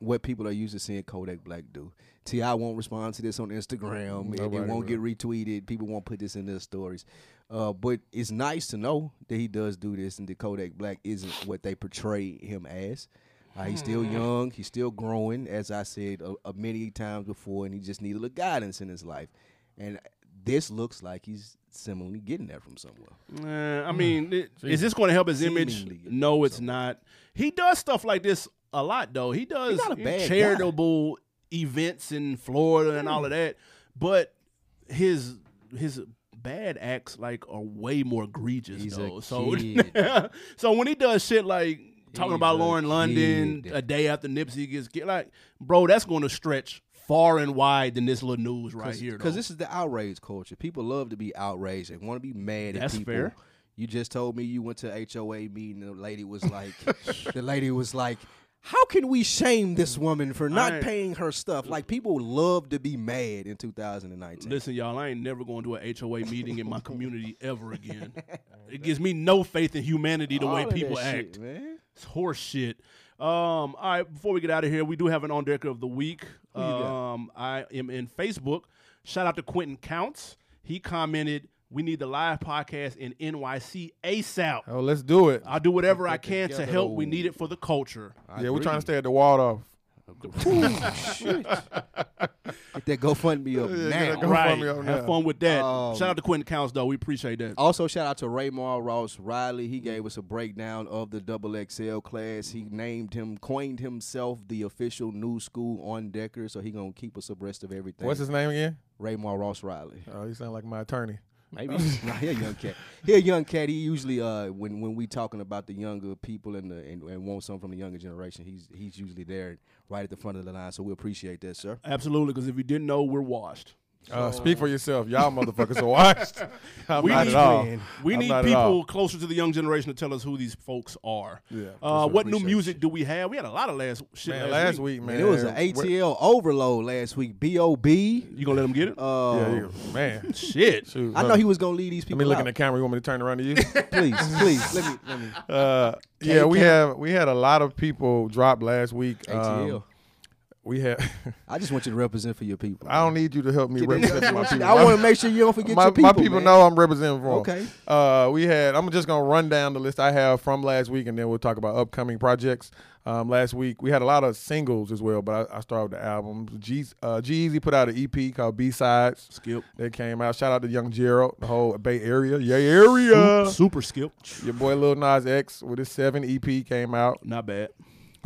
Speaker 1: what people are used to seeing Kodak Black do. Ti won't respond to this on Instagram. It- It,
Speaker 3: Nobody
Speaker 1: won't get retweeted. People won't put this in their stories. Uh, but it's nice to know that he does do this and that Kodak Black isn't what they portray him as. Uh, he's still young. He's still growing, as I said uh, uh, many times before, and he just needed a little guidance in his life. And this looks like he's similarly getting that from somewhere.
Speaker 2: Uh, I mean, it- is this going to help his image?
Speaker 1: Hmm. Seemingly, it
Speaker 2: No, it's not. He does stuff like this a lot, though. He does
Speaker 1: not a bad
Speaker 2: charitable events in Florida and
Speaker 1: Hmm.
Speaker 2: all of that, but his his bad acts like are way more egregious
Speaker 1: He's a
Speaker 2: though. So
Speaker 1: kid.
Speaker 2: so when he does shit like talking
Speaker 1: He's
Speaker 2: about
Speaker 1: a
Speaker 2: Lauren London
Speaker 1: kid.
Speaker 2: a day after Nipsey gets get like, bro, that's going to stretch far and wide than this little news right here.
Speaker 1: Because
Speaker 2: though.
Speaker 1: this is the outrage culture. People love to be outraged. They want to be mad
Speaker 2: That's
Speaker 1: at people.
Speaker 2: fair.
Speaker 1: You just told me you went to HOA meeting. And the lady was like, the lady was like, how can we shame this woman for not
Speaker 2: ain't-
Speaker 1: paying her stuff? Like people love to be mad in 2019.
Speaker 2: Listen, y'all, I ain't never going to an HOA meeting in my community ever again. It gives me no faith in humanity the way
Speaker 1: All of that
Speaker 2: people
Speaker 1: shit,
Speaker 2: act.
Speaker 1: man.
Speaker 2: It's horse shit. Um, all right, before we get out of here, we do have an on decker of the week. Um, I am in Facebook. Shout out to Quentin Counts. He commented, We need the live podcast in NYC ASAP.
Speaker 3: Oh, let's do it.
Speaker 2: I'll do whatever I can to
Speaker 1: together. Oh.
Speaker 2: help. We need it for the culture.
Speaker 3: yeah, we're trying to stay at the Waldorf.
Speaker 1: Shit. Get that GoFundMe up
Speaker 3: yeah,
Speaker 1: now.
Speaker 3: go-
Speaker 2: right.
Speaker 3: me over
Speaker 2: Have
Speaker 3: now.
Speaker 2: fun with that.
Speaker 1: Um,
Speaker 2: Shout out to Quentin Counts though. We appreciate that.
Speaker 1: Also, shout out to Raymar Ross Riley. He gave us a breakdown of the double XL class. He named him, coined himself the official new school on Decker, so he gonna keep us abreast of everything.
Speaker 3: What's his name again?
Speaker 1: Raymar Ross Riley.
Speaker 3: Oh, you sound like my attorney.
Speaker 1: Maybe.
Speaker 3: Oh.
Speaker 1: nah, he a young cat. He a young cat. He usually uh when when we talking about the younger people and the and, and want something from the younger generation, he's he's usually there right at the front of the line. So we appreciate that, sir.
Speaker 2: Absolutely, because if you didn't know, we're washed.
Speaker 3: Uh, speak for yourself. Y'all motherfuckers are washed. I'm not
Speaker 2: need,
Speaker 3: at all.
Speaker 2: we
Speaker 3: I'm
Speaker 2: need
Speaker 3: not at
Speaker 2: people
Speaker 3: all.
Speaker 2: closer to the young generation to tell us who these folks are.
Speaker 3: Yeah, that's
Speaker 2: Uh,
Speaker 3: what
Speaker 2: what
Speaker 3: we
Speaker 2: new
Speaker 3: should-
Speaker 2: music do we have? We had a lot of last shit
Speaker 3: Man,
Speaker 2: last,
Speaker 3: last week, man.
Speaker 1: And it was an
Speaker 3: where-
Speaker 1: ATL overload last week. B O B.
Speaker 2: You gonna let them get it?
Speaker 1: Uh,
Speaker 3: Yeah, you- man.
Speaker 2: shit.
Speaker 3: Shoot,
Speaker 1: I know
Speaker 3: look,
Speaker 1: he was gonna leave these
Speaker 3: Let
Speaker 1: people.
Speaker 3: me look
Speaker 1: out.
Speaker 3: in the camera. You want me to turn around to you?
Speaker 1: please, please, let me, let me.
Speaker 3: Uh, yeah, we have we had a lot of people drop last week. Um,
Speaker 1: ATL.
Speaker 3: We had.
Speaker 1: I just want you to represent for your people.
Speaker 3: I don't need you to help me represent my people.
Speaker 1: I want to make sure you don't forget
Speaker 3: my,
Speaker 1: your people.
Speaker 3: my people
Speaker 1: man.
Speaker 3: know I'm representing for 'em.
Speaker 1: Okay.
Speaker 3: Uh, we had. I'm just gonna run down the list I have from last week, and then we'll talk about upcoming projects. Um, last week we had a lot of singles as well, but I, I started with the albums. G uh, Easy put out an EP called B Sides.
Speaker 2: Skip.
Speaker 3: That came out. Shout out to Young Gerald, the whole Bay Area, Yay area.
Speaker 2: Super skip.
Speaker 3: Your boy Lil Nas X with his seven EP came out.
Speaker 2: Not bad.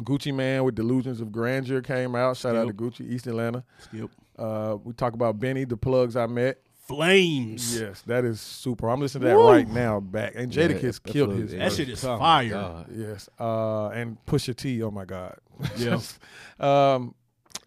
Speaker 3: Gucci Man with Delusions of Grandeur came out. Shout out to
Speaker 2: Skip.
Speaker 3: Gucci East Atlanta.
Speaker 2: Skip.
Speaker 3: Uh, we talk about Benny, the plugs I met.
Speaker 2: Flames.
Speaker 3: Yes, that is super. I'm listening to that
Speaker 2: Woo.
Speaker 3: right now. Back and Jadakiss
Speaker 1: that
Speaker 3: killed
Speaker 1: plug
Speaker 3: his.
Speaker 1: is-
Speaker 2: That shit is
Speaker 3: Oh,
Speaker 2: fire.
Speaker 3: Yes, uh, and Pusha T. Oh my God.
Speaker 2: Yeah.
Speaker 3: um,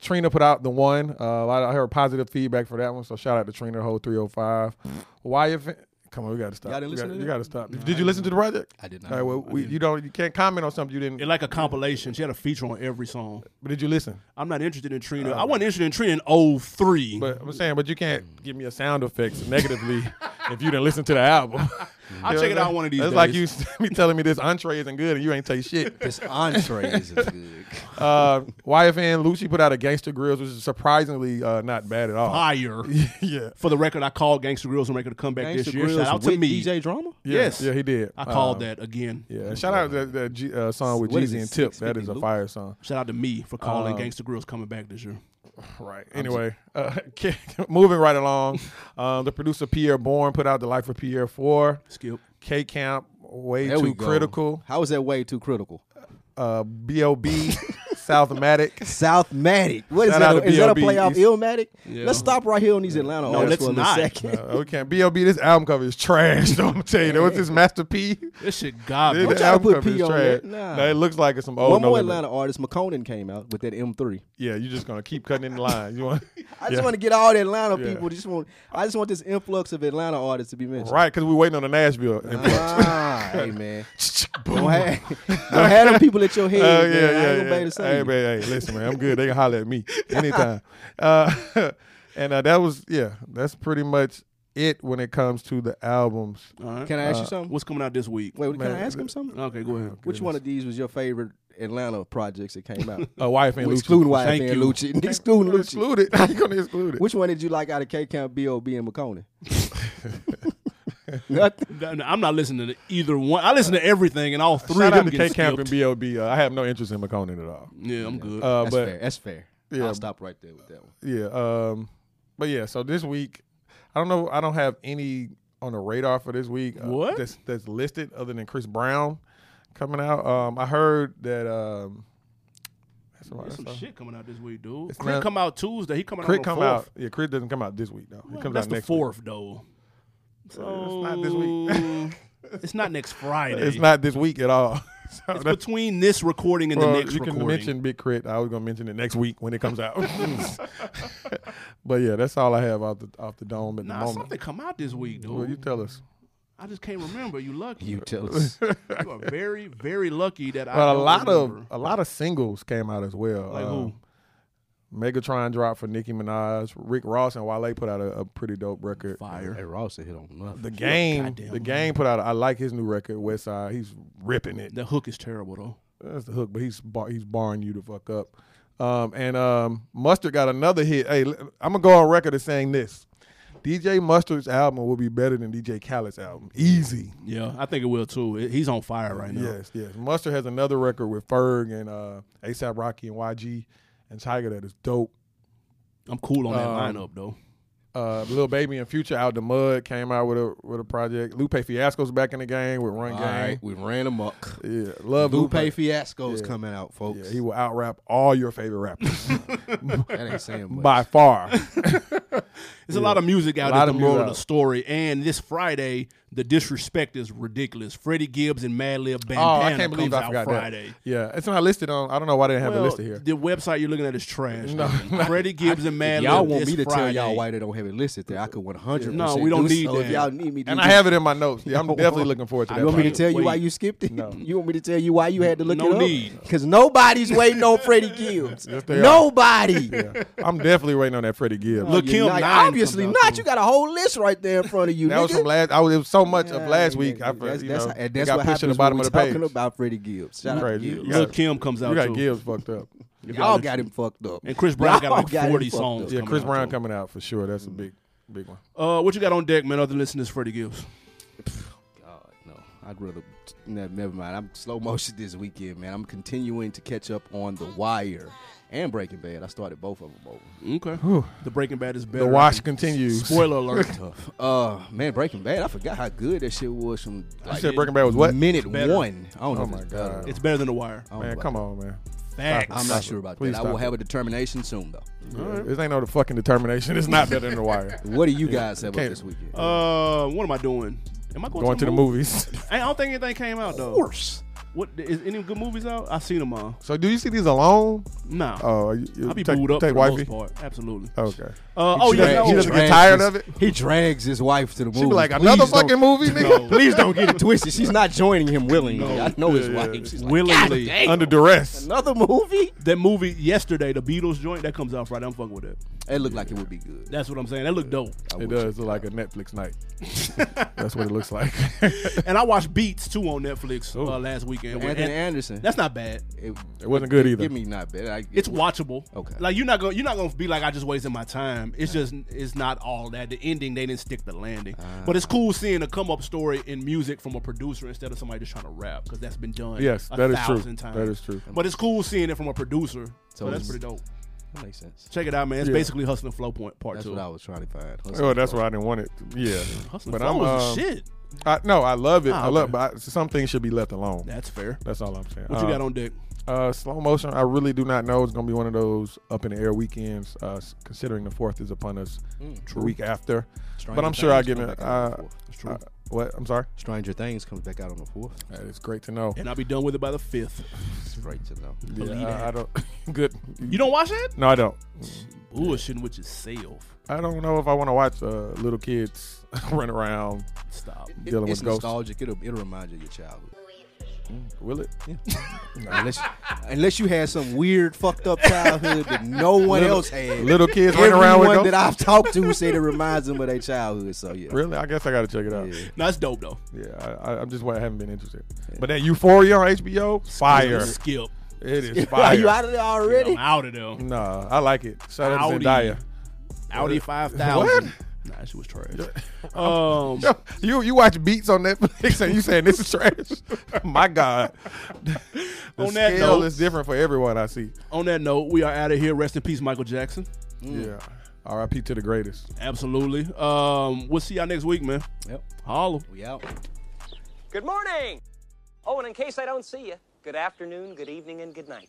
Speaker 3: Trina put out the one. Uh, a lot of, I heard positive feedback for that one. So shout out to Trina, the whole 305. Why if come on, we gotta stop.
Speaker 1: Y'all didn't
Speaker 3: we
Speaker 1: listen
Speaker 3: gotta,
Speaker 1: to
Speaker 3: you
Speaker 1: that?
Speaker 3: gotta stop. Did you listen to the project?
Speaker 1: I did not.
Speaker 3: All right, well, we, you don't. You can't comment on something you didn't.
Speaker 2: It like a compilation. She had a feature on every song.
Speaker 3: but did you listen?
Speaker 2: I'm not interested in Trina. I wasn't interested in oh Trina in 03.
Speaker 3: Uh, But uh, I'm saying, but you
Speaker 2: Mm.
Speaker 3: can't give me a sound effects negatively if you didn't listen to the album.
Speaker 2: I'll
Speaker 3: You know
Speaker 2: check it
Speaker 3: what I'm
Speaker 2: out one of these
Speaker 3: It's
Speaker 2: days.
Speaker 3: like you me telling me this entree isn't good and you ain't taste shit.
Speaker 1: This entree is good.
Speaker 3: Uh, YFN Lucci put out a Gangster Grills, which is surprisingly uh, not bad at all.
Speaker 2: fire.
Speaker 3: yeah.
Speaker 2: For the record, I called Gangster Grills on record to come back
Speaker 1: Gangsta
Speaker 2: this year.
Speaker 1: Grills
Speaker 2: Shout out to
Speaker 1: with
Speaker 2: me.
Speaker 1: DJ Drama.
Speaker 2: Yes.
Speaker 3: Yeah, he did.
Speaker 2: I called
Speaker 3: Um,
Speaker 2: that again.
Speaker 3: Yeah. and shout out to that, that G, uh, song with
Speaker 1: What is
Speaker 3: Jeezy
Speaker 1: it,
Speaker 3: and Tip. That is
Speaker 1: 650
Speaker 3: a
Speaker 1: Luke?
Speaker 3: fire song.
Speaker 2: Shout out to me for calling
Speaker 3: Uh,
Speaker 2: Gangster Grills coming back this year.
Speaker 3: Right. Anyway, uh, moving right along, um, the producer Pierre Bourne put out The Life of Pierre 4,
Speaker 2: Skip.
Speaker 3: K Camp, Way
Speaker 1: There we
Speaker 3: Too
Speaker 1: go.
Speaker 3: Critical,
Speaker 1: How is that way too critical?
Speaker 3: uh, B.O.B., Southmatic.
Speaker 1: Southmatic. What is
Speaker 3: Shout
Speaker 1: that?
Speaker 3: out to
Speaker 1: Is that a
Speaker 3: B.O.B.
Speaker 1: playoff
Speaker 3: He's-
Speaker 1: Illmatic? Let's stop right here on these Atlanta
Speaker 2: No,
Speaker 1: artists
Speaker 2: let's
Speaker 1: for a little
Speaker 2: not.
Speaker 1: second.
Speaker 3: Uh, okay, B.O.B., this album cover is trash. Don't tell you. That was his Master P.
Speaker 2: This shit garbage.
Speaker 1: Don't
Speaker 3: This
Speaker 1: y'all
Speaker 3: album
Speaker 1: put
Speaker 3: cover is
Speaker 1: P on
Speaker 3: trash.
Speaker 1: that. Nah.
Speaker 3: No, it looks like it's some old
Speaker 1: One
Speaker 3: Oh, No
Speaker 1: more
Speaker 3: Limit.
Speaker 1: Atlanta artist, McConan came out with that M3.
Speaker 3: Yeah, you're just gonna keep cutting in line. You want
Speaker 1: I just want to get all the Atlanta
Speaker 3: Yeah.
Speaker 1: people. Just want, I just want this influx of Atlanta artists to be mentioned.
Speaker 3: right because we're waiting on the Nashville.
Speaker 1: Ah, hey man, don't have, don't have them people at your head.
Speaker 3: Oh
Speaker 1: man. I ain't gonna be able to say
Speaker 3: Hey,
Speaker 1: it.
Speaker 3: man, hey, listen, man, I'm good. They can holler at me anytime. Uh, and uh, that was yeah, that's pretty much it when it comes to the albums.
Speaker 2: All right.
Speaker 1: Can I ask you something?
Speaker 2: What's coming out this week?
Speaker 1: Wait, can I
Speaker 3: Uh, man, oh,
Speaker 1: ask him something?
Speaker 2: Okay, go ahead.
Speaker 1: Which one of these was your favorite Atlanta projects that came out?
Speaker 3: Uh, wife and Lucci.
Speaker 1: excluding Wild
Speaker 2: Thank
Speaker 1: Man
Speaker 2: you.
Speaker 1: Lucci, excluding
Speaker 3: You're
Speaker 1: Lucci.
Speaker 3: Excluded. How you gonna exclude it?
Speaker 1: Which one did you like out of K Camp, B.O.B. and McConey? Nothing.
Speaker 2: No, no, I'm not listening to either one. I listen to everything, and all three
Speaker 3: Uh, Shout
Speaker 2: of
Speaker 3: out
Speaker 2: them
Speaker 3: to
Speaker 2: get
Speaker 3: K Camp and
Speaker 2: skipped.
Speaker 3: B.O.B. Uh, I have no interest in McConan at all.
Speaker 2: Yeah, I'm good.
Speaker 3: Uh,
Speaker 1: That's
Speaker 3: but
Speaker 1: fair. That's fair.
Speaker 3: Yeah.
Speaker 1: I'll stop right there with that one.
Speaker 3: Yeah. Um, but yeah, so this week, I don't know. I don't have any on the radar for this week. uh,
Speaker 2: What?
Speaker 3: that's, that's listed other than Chris Brown coming out. Um, I heard that. Um, that's what I
Speaker 2: There's some
Speaker 3: saw.
Speaker 2: shit coming out this week, dude.
Speaker 3: It's
Speaker 2: Crit
Speaker 3: not-
Speaker 2: come out Tuesday. He coming out
Speaker 3: Crit
Speaker 2: on
Speaker 3: come
Speaker 2: the
Speaker 3: out.
Speaker 2: fourth.
Speaker 3: Yeah, Crit doesn't come out this week though. He comes
Speaker 2: That's
Speaker 3: out
Speaker 2: the
Speaker 3: next
Speaker 2: fourth, though.
Speaker 3: So it's not this week.
Speaker 2: So, it's not next Friday.
Speaker 3: Week. It's not this week at all. So
Speaker 2: It's
Speaker 3: that's-
Speaker 2: between this recording and
Speaker 3: well,
Speaker 2: the next
Speaker 3: you can
Speaker 2: recording.
Speaker 3: mention Big Crit. I was gonna mention it next week when it comes out. but yeah, that's all I have off the off the dome at the
Speaker 2: nah,
Speaker 3: moment.
Speaker 2: something come out this week, dude.
Speaker 3: Well, you tell us.
Speaker 2: I just can't remember. You lucky.
Speaker 1: You
Speaker 2: You,
Speaker 1: tell us.
Speaker 2: are very, very lucky that I.
Speaker 3: But a
Speaker 2: don't
Speaker 3: lot of
Speaker 2: remember.
Speaker 3: a lot of singles came out as well.
Speaker 2: like
Speaker 3: Um, Megatron dropped for Nicki Minaj. Rick Ross and Wale put out a, a pretty dope record.
Speaker 2: who? Fire.
Speaker 1: Hey, Ross hit on nothing.
Speaker 3: The game,
Speaker 2: goddamn
Speaker 3: the game put out. I like his new record, West Side. He's ripping it.
Speaker 2: The hook is terrible though.
Speaker 3: That's the hook, but he's bar, he's barring you to fuck up. Um, and um, Mustard got another hit. Hey, l- I'm gonna go on record as saying this: DJ Mustard's album will be better than DJ Khaled's album. Easy.
Speaker 2: Yeah, I think it will too. It- he's on fire right now.
Speaker 3: Yes, yes. Mustard has another record with Ferg and uh, ASAP Rocky and YG. and Tiger that is dope.
Speaker 2: I'm cool on that
Speaker 3: Um,
Speaker 2: lineup though.
Speaker 3: Uh, Lil Baby and Future out the mud came out with a with a project. Lupe Fiasco's back in the game with Run
Speaker 1: All
Speaker 3: Game.
Speaker 1: right, we ran amok.
Speaker 3: Yeah, love
Speaker 1: Lupe
Speaker 3: Lupe.
Speaker 1: Fiasco is coming out, folks.
Speaker 3: Yeah, he will out rap all your favorite rappers
Speaker 1: that ain't saying much.
Speaker 3: by far. Oh,
Speaker 2: There's a lot of music out
Speaker 3: A lot
Speaker 2: there.
Speaker 3: of
Speaker 2: The moral of
Speaker 3: music
Speaker 2: the
Speaker 3: out.
Speaker 2: story. And this Friday, the disrespect is ridiculous. Freddie Gibbs and Madlib Bandana
Speaker 3: oh, I can't believe
Speaker 2: comes
Speaker 3: I
Speaker 2: out
Speaker 3: forgot
Speaker 2: Friday.
Speaker 3: that. Yeah, it's not listed on. I don't know why they didn't have
Speaker 2: Well,
Speaker 3: it listed here.
Speaker 2: The website you're looking at is trash. man. Freddie Gibbs and Madlib.
Speaker 1: y'all want
Speaker 2: this
Speaker 1: me to
Speaker 2: Friday.
Speaker 1: tell y'all why they don't have it listed there? I could 100.
Speaker 2: No, we don't
Speaker 1: do
Speaker 2: need
Speaker 1: so.
Speaker 2: that.
Speaker 1: If y'all need me, to
Speaker 3: And
Speaker 1: do
Speaker 3: I have it in my notes. Yeah, I'm
Speaker 1: Hold
Speaker 3: definitely
Speaker 1: on.
Speaker 3: looking forward to that.
Speaker 1: You want me to
Speaker 3: project.
Speaker 1: tell you why
Speaker 2: Wait.
Speaker 1: you skipped it? You want me to tell you why you had to look
Speaker 2: No
Speaker 1: it up?
Speaker 2: need.
Speaker 1: Because nobody's waiting on Freddie Gibbs.
Speaker 3: they are.
Speaker 1: Nobody.
Speaker 3: I'm definitely waiting on that Freddie Gibbs.
Speaker 2: Look,
Speaker 1: You're
Speaker 2: Kim
Speaker 1: not-
Speaker 2: Nine
Speaker 1: obviously
Speaker 2: comes out
Speaker 1: not.
Speaker 2: too.
Speaker 1: You got a whole list right there in front of you.
Speaker 3: that was
Speaker 1: nigga.
Speaker 3: from last. I was, it was so much of
Speaker 1: Yeah,
Speaker 3: last
Speaker 1: yeah,
Speaker 3: week.
Speaker 1: yeah.
Speaker 3: I, that's, you know,
Speaker 1: how- and
Speaker 3: it
Speaker 1: that's
Speaker 3: got
Speaker 1: what
Speaker 3: pushed to
Speaker 1: happens
Speaker 3: the bottom
Speaker 1: when
Speaker 3: of
Speaker 1: we
Speaker 3: the page.
Speaker 1: talking about Freddie Gibbs. Shout out
Speaker 3: Crazy.
Speaker 1: to
Speaker 3: You
Speaker 1: Gibbs.
Speaker 3: got-
Speaker 2: Lil Kim comes out
Speaker 3: You got
Speaker 2: too.
Speaker 3: Gibbs fucked up. You got
Speaker 1: Y'all
Speaker 3: Gibbs.
Speaker 1: got him fucked up.
Speaker 2: And Chris Brown got
Speaker 1: Y'all
Speaker 2: like
Speaker 1: him
Speaker 2: 40
Speaker 1: fucked
Speaker 2: songs.
Speaker 1: up.
Speaker 3: Yeah, Chris
Speaker 2: coming out,
Speaker 3: Brown
Speaker 2: too.
Speaker 3: coming out for sure. That's a big, big one.
Speaker 2: Uh, what you got on deck, man? Other than listening to Freddie Gibbs,
Speaker 1: God, no. I'd rather. ne- Never mind. I'm slow motion this weekend, man. I'm continuing to catch up on The Wire and Breaking Bad. I started both of them over.
Speaker 2: okay. The Breaking Bad is better.
Speaker 3: The wash continues.
Speaker 2: Spoiler alert.
Speaker 1: Uh, man, Breaking Bad. I forgot how good that shit was from
Speaker 3: You
Speaker 1: like,
Speaker 3: said Breaking Bad was what?
Speaker 1: minute
Speaker 2: Better.
Speaker 1: one. I don't know.
Speaker 3: Oh
Speaker 1: if
Speaker 3: my
Speaker 1: it's better.
Speaker 3: God.
Speaker 2: It's better than The Wire.
Speaker 1: I don't know
Speaker 3: Man,
Speaker 1: about
Speaker 3: come
Speaker 1: that.
Speaker 3: on, man.
Speaker 2: Facts.
Speaker 1: I'm
Speaker 3: Stop
Speaker 1: not
Speaker 3: it.
Speaker 1: sure about
Speaker 3: Please
Speaker 1: that. I
Speaker 3: stop
Speaker 1: will
Speaker 3: it.
Speaker 1: have a determination soon, though.
Speaker 3: This ain't no fucking determination. It's not better than the wire.
Speaker 1: What do you guys have up
Speaker 3: Can't-
Speaker 1: this weekend?
Speaker 2: Uh, what am I doing? Am I going,
Speaker 3: Going to the
Speaker 2: movie?
Speaker 3: movies.
Speaker 2: I don't think anything came out though. Of course. What is any good movies out? I seen them all.
Speaker 3: So do you see these alone?
Speaker 2: Nah.
Speaker 3: Oh, you, you
Speaker 2: I'll be
Speaker 3: take,
Speaker 2: booed up
Speaker 3: take
Speaker 2: for
Speaker 3: wifey.
Speaker 2: the most part. Absolutely.
Speaker 3: Okay.
Speaker 2: Uh, oh
Speaker 1: He
Speaker 2: yeah.
Speaker 1: drag-
Speaker 2: no.
Speaker 1: he
Speaker 3: she doesn't
Speaker 1: drags
Speaker 3: get tired
Speaker 1: his-
Speaker 3: of it?
Speaker 1: He drags his wife to the movie.
Speaker 3: She'd be like, another fucking movie, nigga?
Speaker 1: Please don't get it twisted. She's not joining him willingly. I know his
Speaker 3: Yeah, yeah.
Speaker 1: wife. She's like,
Speaker 2: Willingly.
Speaker 1: "God damn,
Speaker 3: Under duress.
Speaker 1: another movie?
Speaker 2: that movie yesterday, the Beatles joint that comes out Friday. I'm fucking with it.
Speaker 1: It looked like it would be good.
Speaker 2: That's what I'm saying. That looked dope.
Speaker 1: I
Speaker 3: It
Speaker 1: wish-
Speaker 3: does look like a Netflix night. That's what it looks like.
Speaker 2: and I watched Beats too on Netflix uh, last weekend. with
Speaker 1: Anthony
Speaker 2: An-
Speaker 1: Anderson.
Speaker 2: That's not bad.
Speaker 1: It,
Speaker 3: It wasn't good either.
Speaker 1: give me not bad. I,
Speaker 2: It's watchable.
Speaker 1: Okay.
Speaker 2: Like you're not gonna you're not gonna be like I just wasted my time. It's just it's not all that. The ending they didn't stick the landing.
Speaker 3: Ah.
Speaker 2: but it's cool seeing a come up story in music from a producer instead of somebody just trying to rap because that's been done.
Speaker 3: Yes,
Speaker 2: a
Speaker 3: that is true.
Speaker 2: thousand Times.
Speaker 3: That is true.
Speaker 2: But it's cool seeing it from a producer. So,
Speaker 1: So
Speaker 2: that's
Speaker 1: it's-
Speaker 2: pretty dope.
Speaker 1: that makes sense.
Speaker 2: Check it out, man. It's
Speaker 3: Yeah.
Speaker 2: basically Hustling Flow Point Part
Speaker 1: That's
Speaker 2: Two.
Speaker 1: what I was trying to find.
Speaker 3: Oh, that's why I didn't want it. Yeah,
Speaker 2: Hustling
Speaker 3: but
Speaker 2: Flow
Speaker 3: I'm
Speaker 2: was
Speaker 3: um,
Speaker 2: shit.
Speaker 3: I, no, I love it.
Speaker 2: Ah,
Speaker 3: I love,
Speaker 2: okay.
Speaker 3: but I, some things should be left alone.
Speaker 2: That's fair.
Speaker 3: That's all I'm saying.
Speaker 2: What you got on deck?
Speaker 3: Uh, slow motion. I really do not know. It's gonna be one of those up in the air weekends. Uh, s- considering the fourth is upon us,
Speaker 2: Mm,
Speaker 3: the week after. but I'm sure I give it. Uh,
Speaker 2: true.
Speaker 3: uh, what? I'm sorry. Oh,
Speaker 1: Stranger Things comes back out on the fourth.
Speaker 3: That is great to know.
Speaker 2: And I'll be done with it by the fifth.
Speaker 1: It's great to know.
Speaker 3: Yeah,
Speaker 2: believe
Speaker 3: I, I don't. good.
Speaker 2: You don't watch that?
Speaker 3: No, I don't.
Speaker 2: Bullshitting with yourself.
Speaker 3: I don't know if I want to watch uh, little kids run around
Speaker 2: Stop.
Speaker 3: dealing
Speaker 1: it's
Speaker 3: with ghosts.
Speaker 1: nostalgic. It'll, it'll remind you of your childhood.
Speaker 3: Will it?
Speaker 1: Unless, unless you had some weird, fucked up childhood that no one else had.
Speaker 3: Little kids running around with
Speaker 1: Everyone
Speaker 3: ghosts.
Speaker 1: that I've talked to said it reminds them of their childhood. So yeah,
Speaker 3: really? I guess I got to check it out.
Speaker 1: Yeah.
Speaker 2: No, that's dope though.
Speaker 3: Yeah, I, I, I'm just I haven't been interested. But that Euphoria on HBO, fire!
Speaker 2: Skip.
Speaker 3: It is
Speaker 1: Are
Speaker 3: fire.
Speaker 1: you out of there already?
Speaker 2: I'm out of there.
Speaker 3: Nah, I like it. Shout out to
Speaker 2: Audi.
Speaker 3: Zendaya.
Speaker 2: Audi five thousand. Nah, that shit was trash. Um,
Speaker 3: Yo, you you watch Beats on Netflix and you saying this is trash? My God, the
Speaker 2: On that
Speaker 3: scale
Speaker 2: note-
Speaker 3: is different for everyone I see.
Speaker 2: on that note, we are out of here. Rest in peace, Michael Jackson. Mm.
Speaker 3: Yeah, R.I.P. to the greatest.
Speaker 2: Absolutely. Um, we'll see y'all next week, man.
Speaker 1: Yep,
Speaker 2: Holla.
Speaker 1: we out.
Speaker 6: Good morning. Oh, and in case I don't see you, good afternoon, good evening, and good night.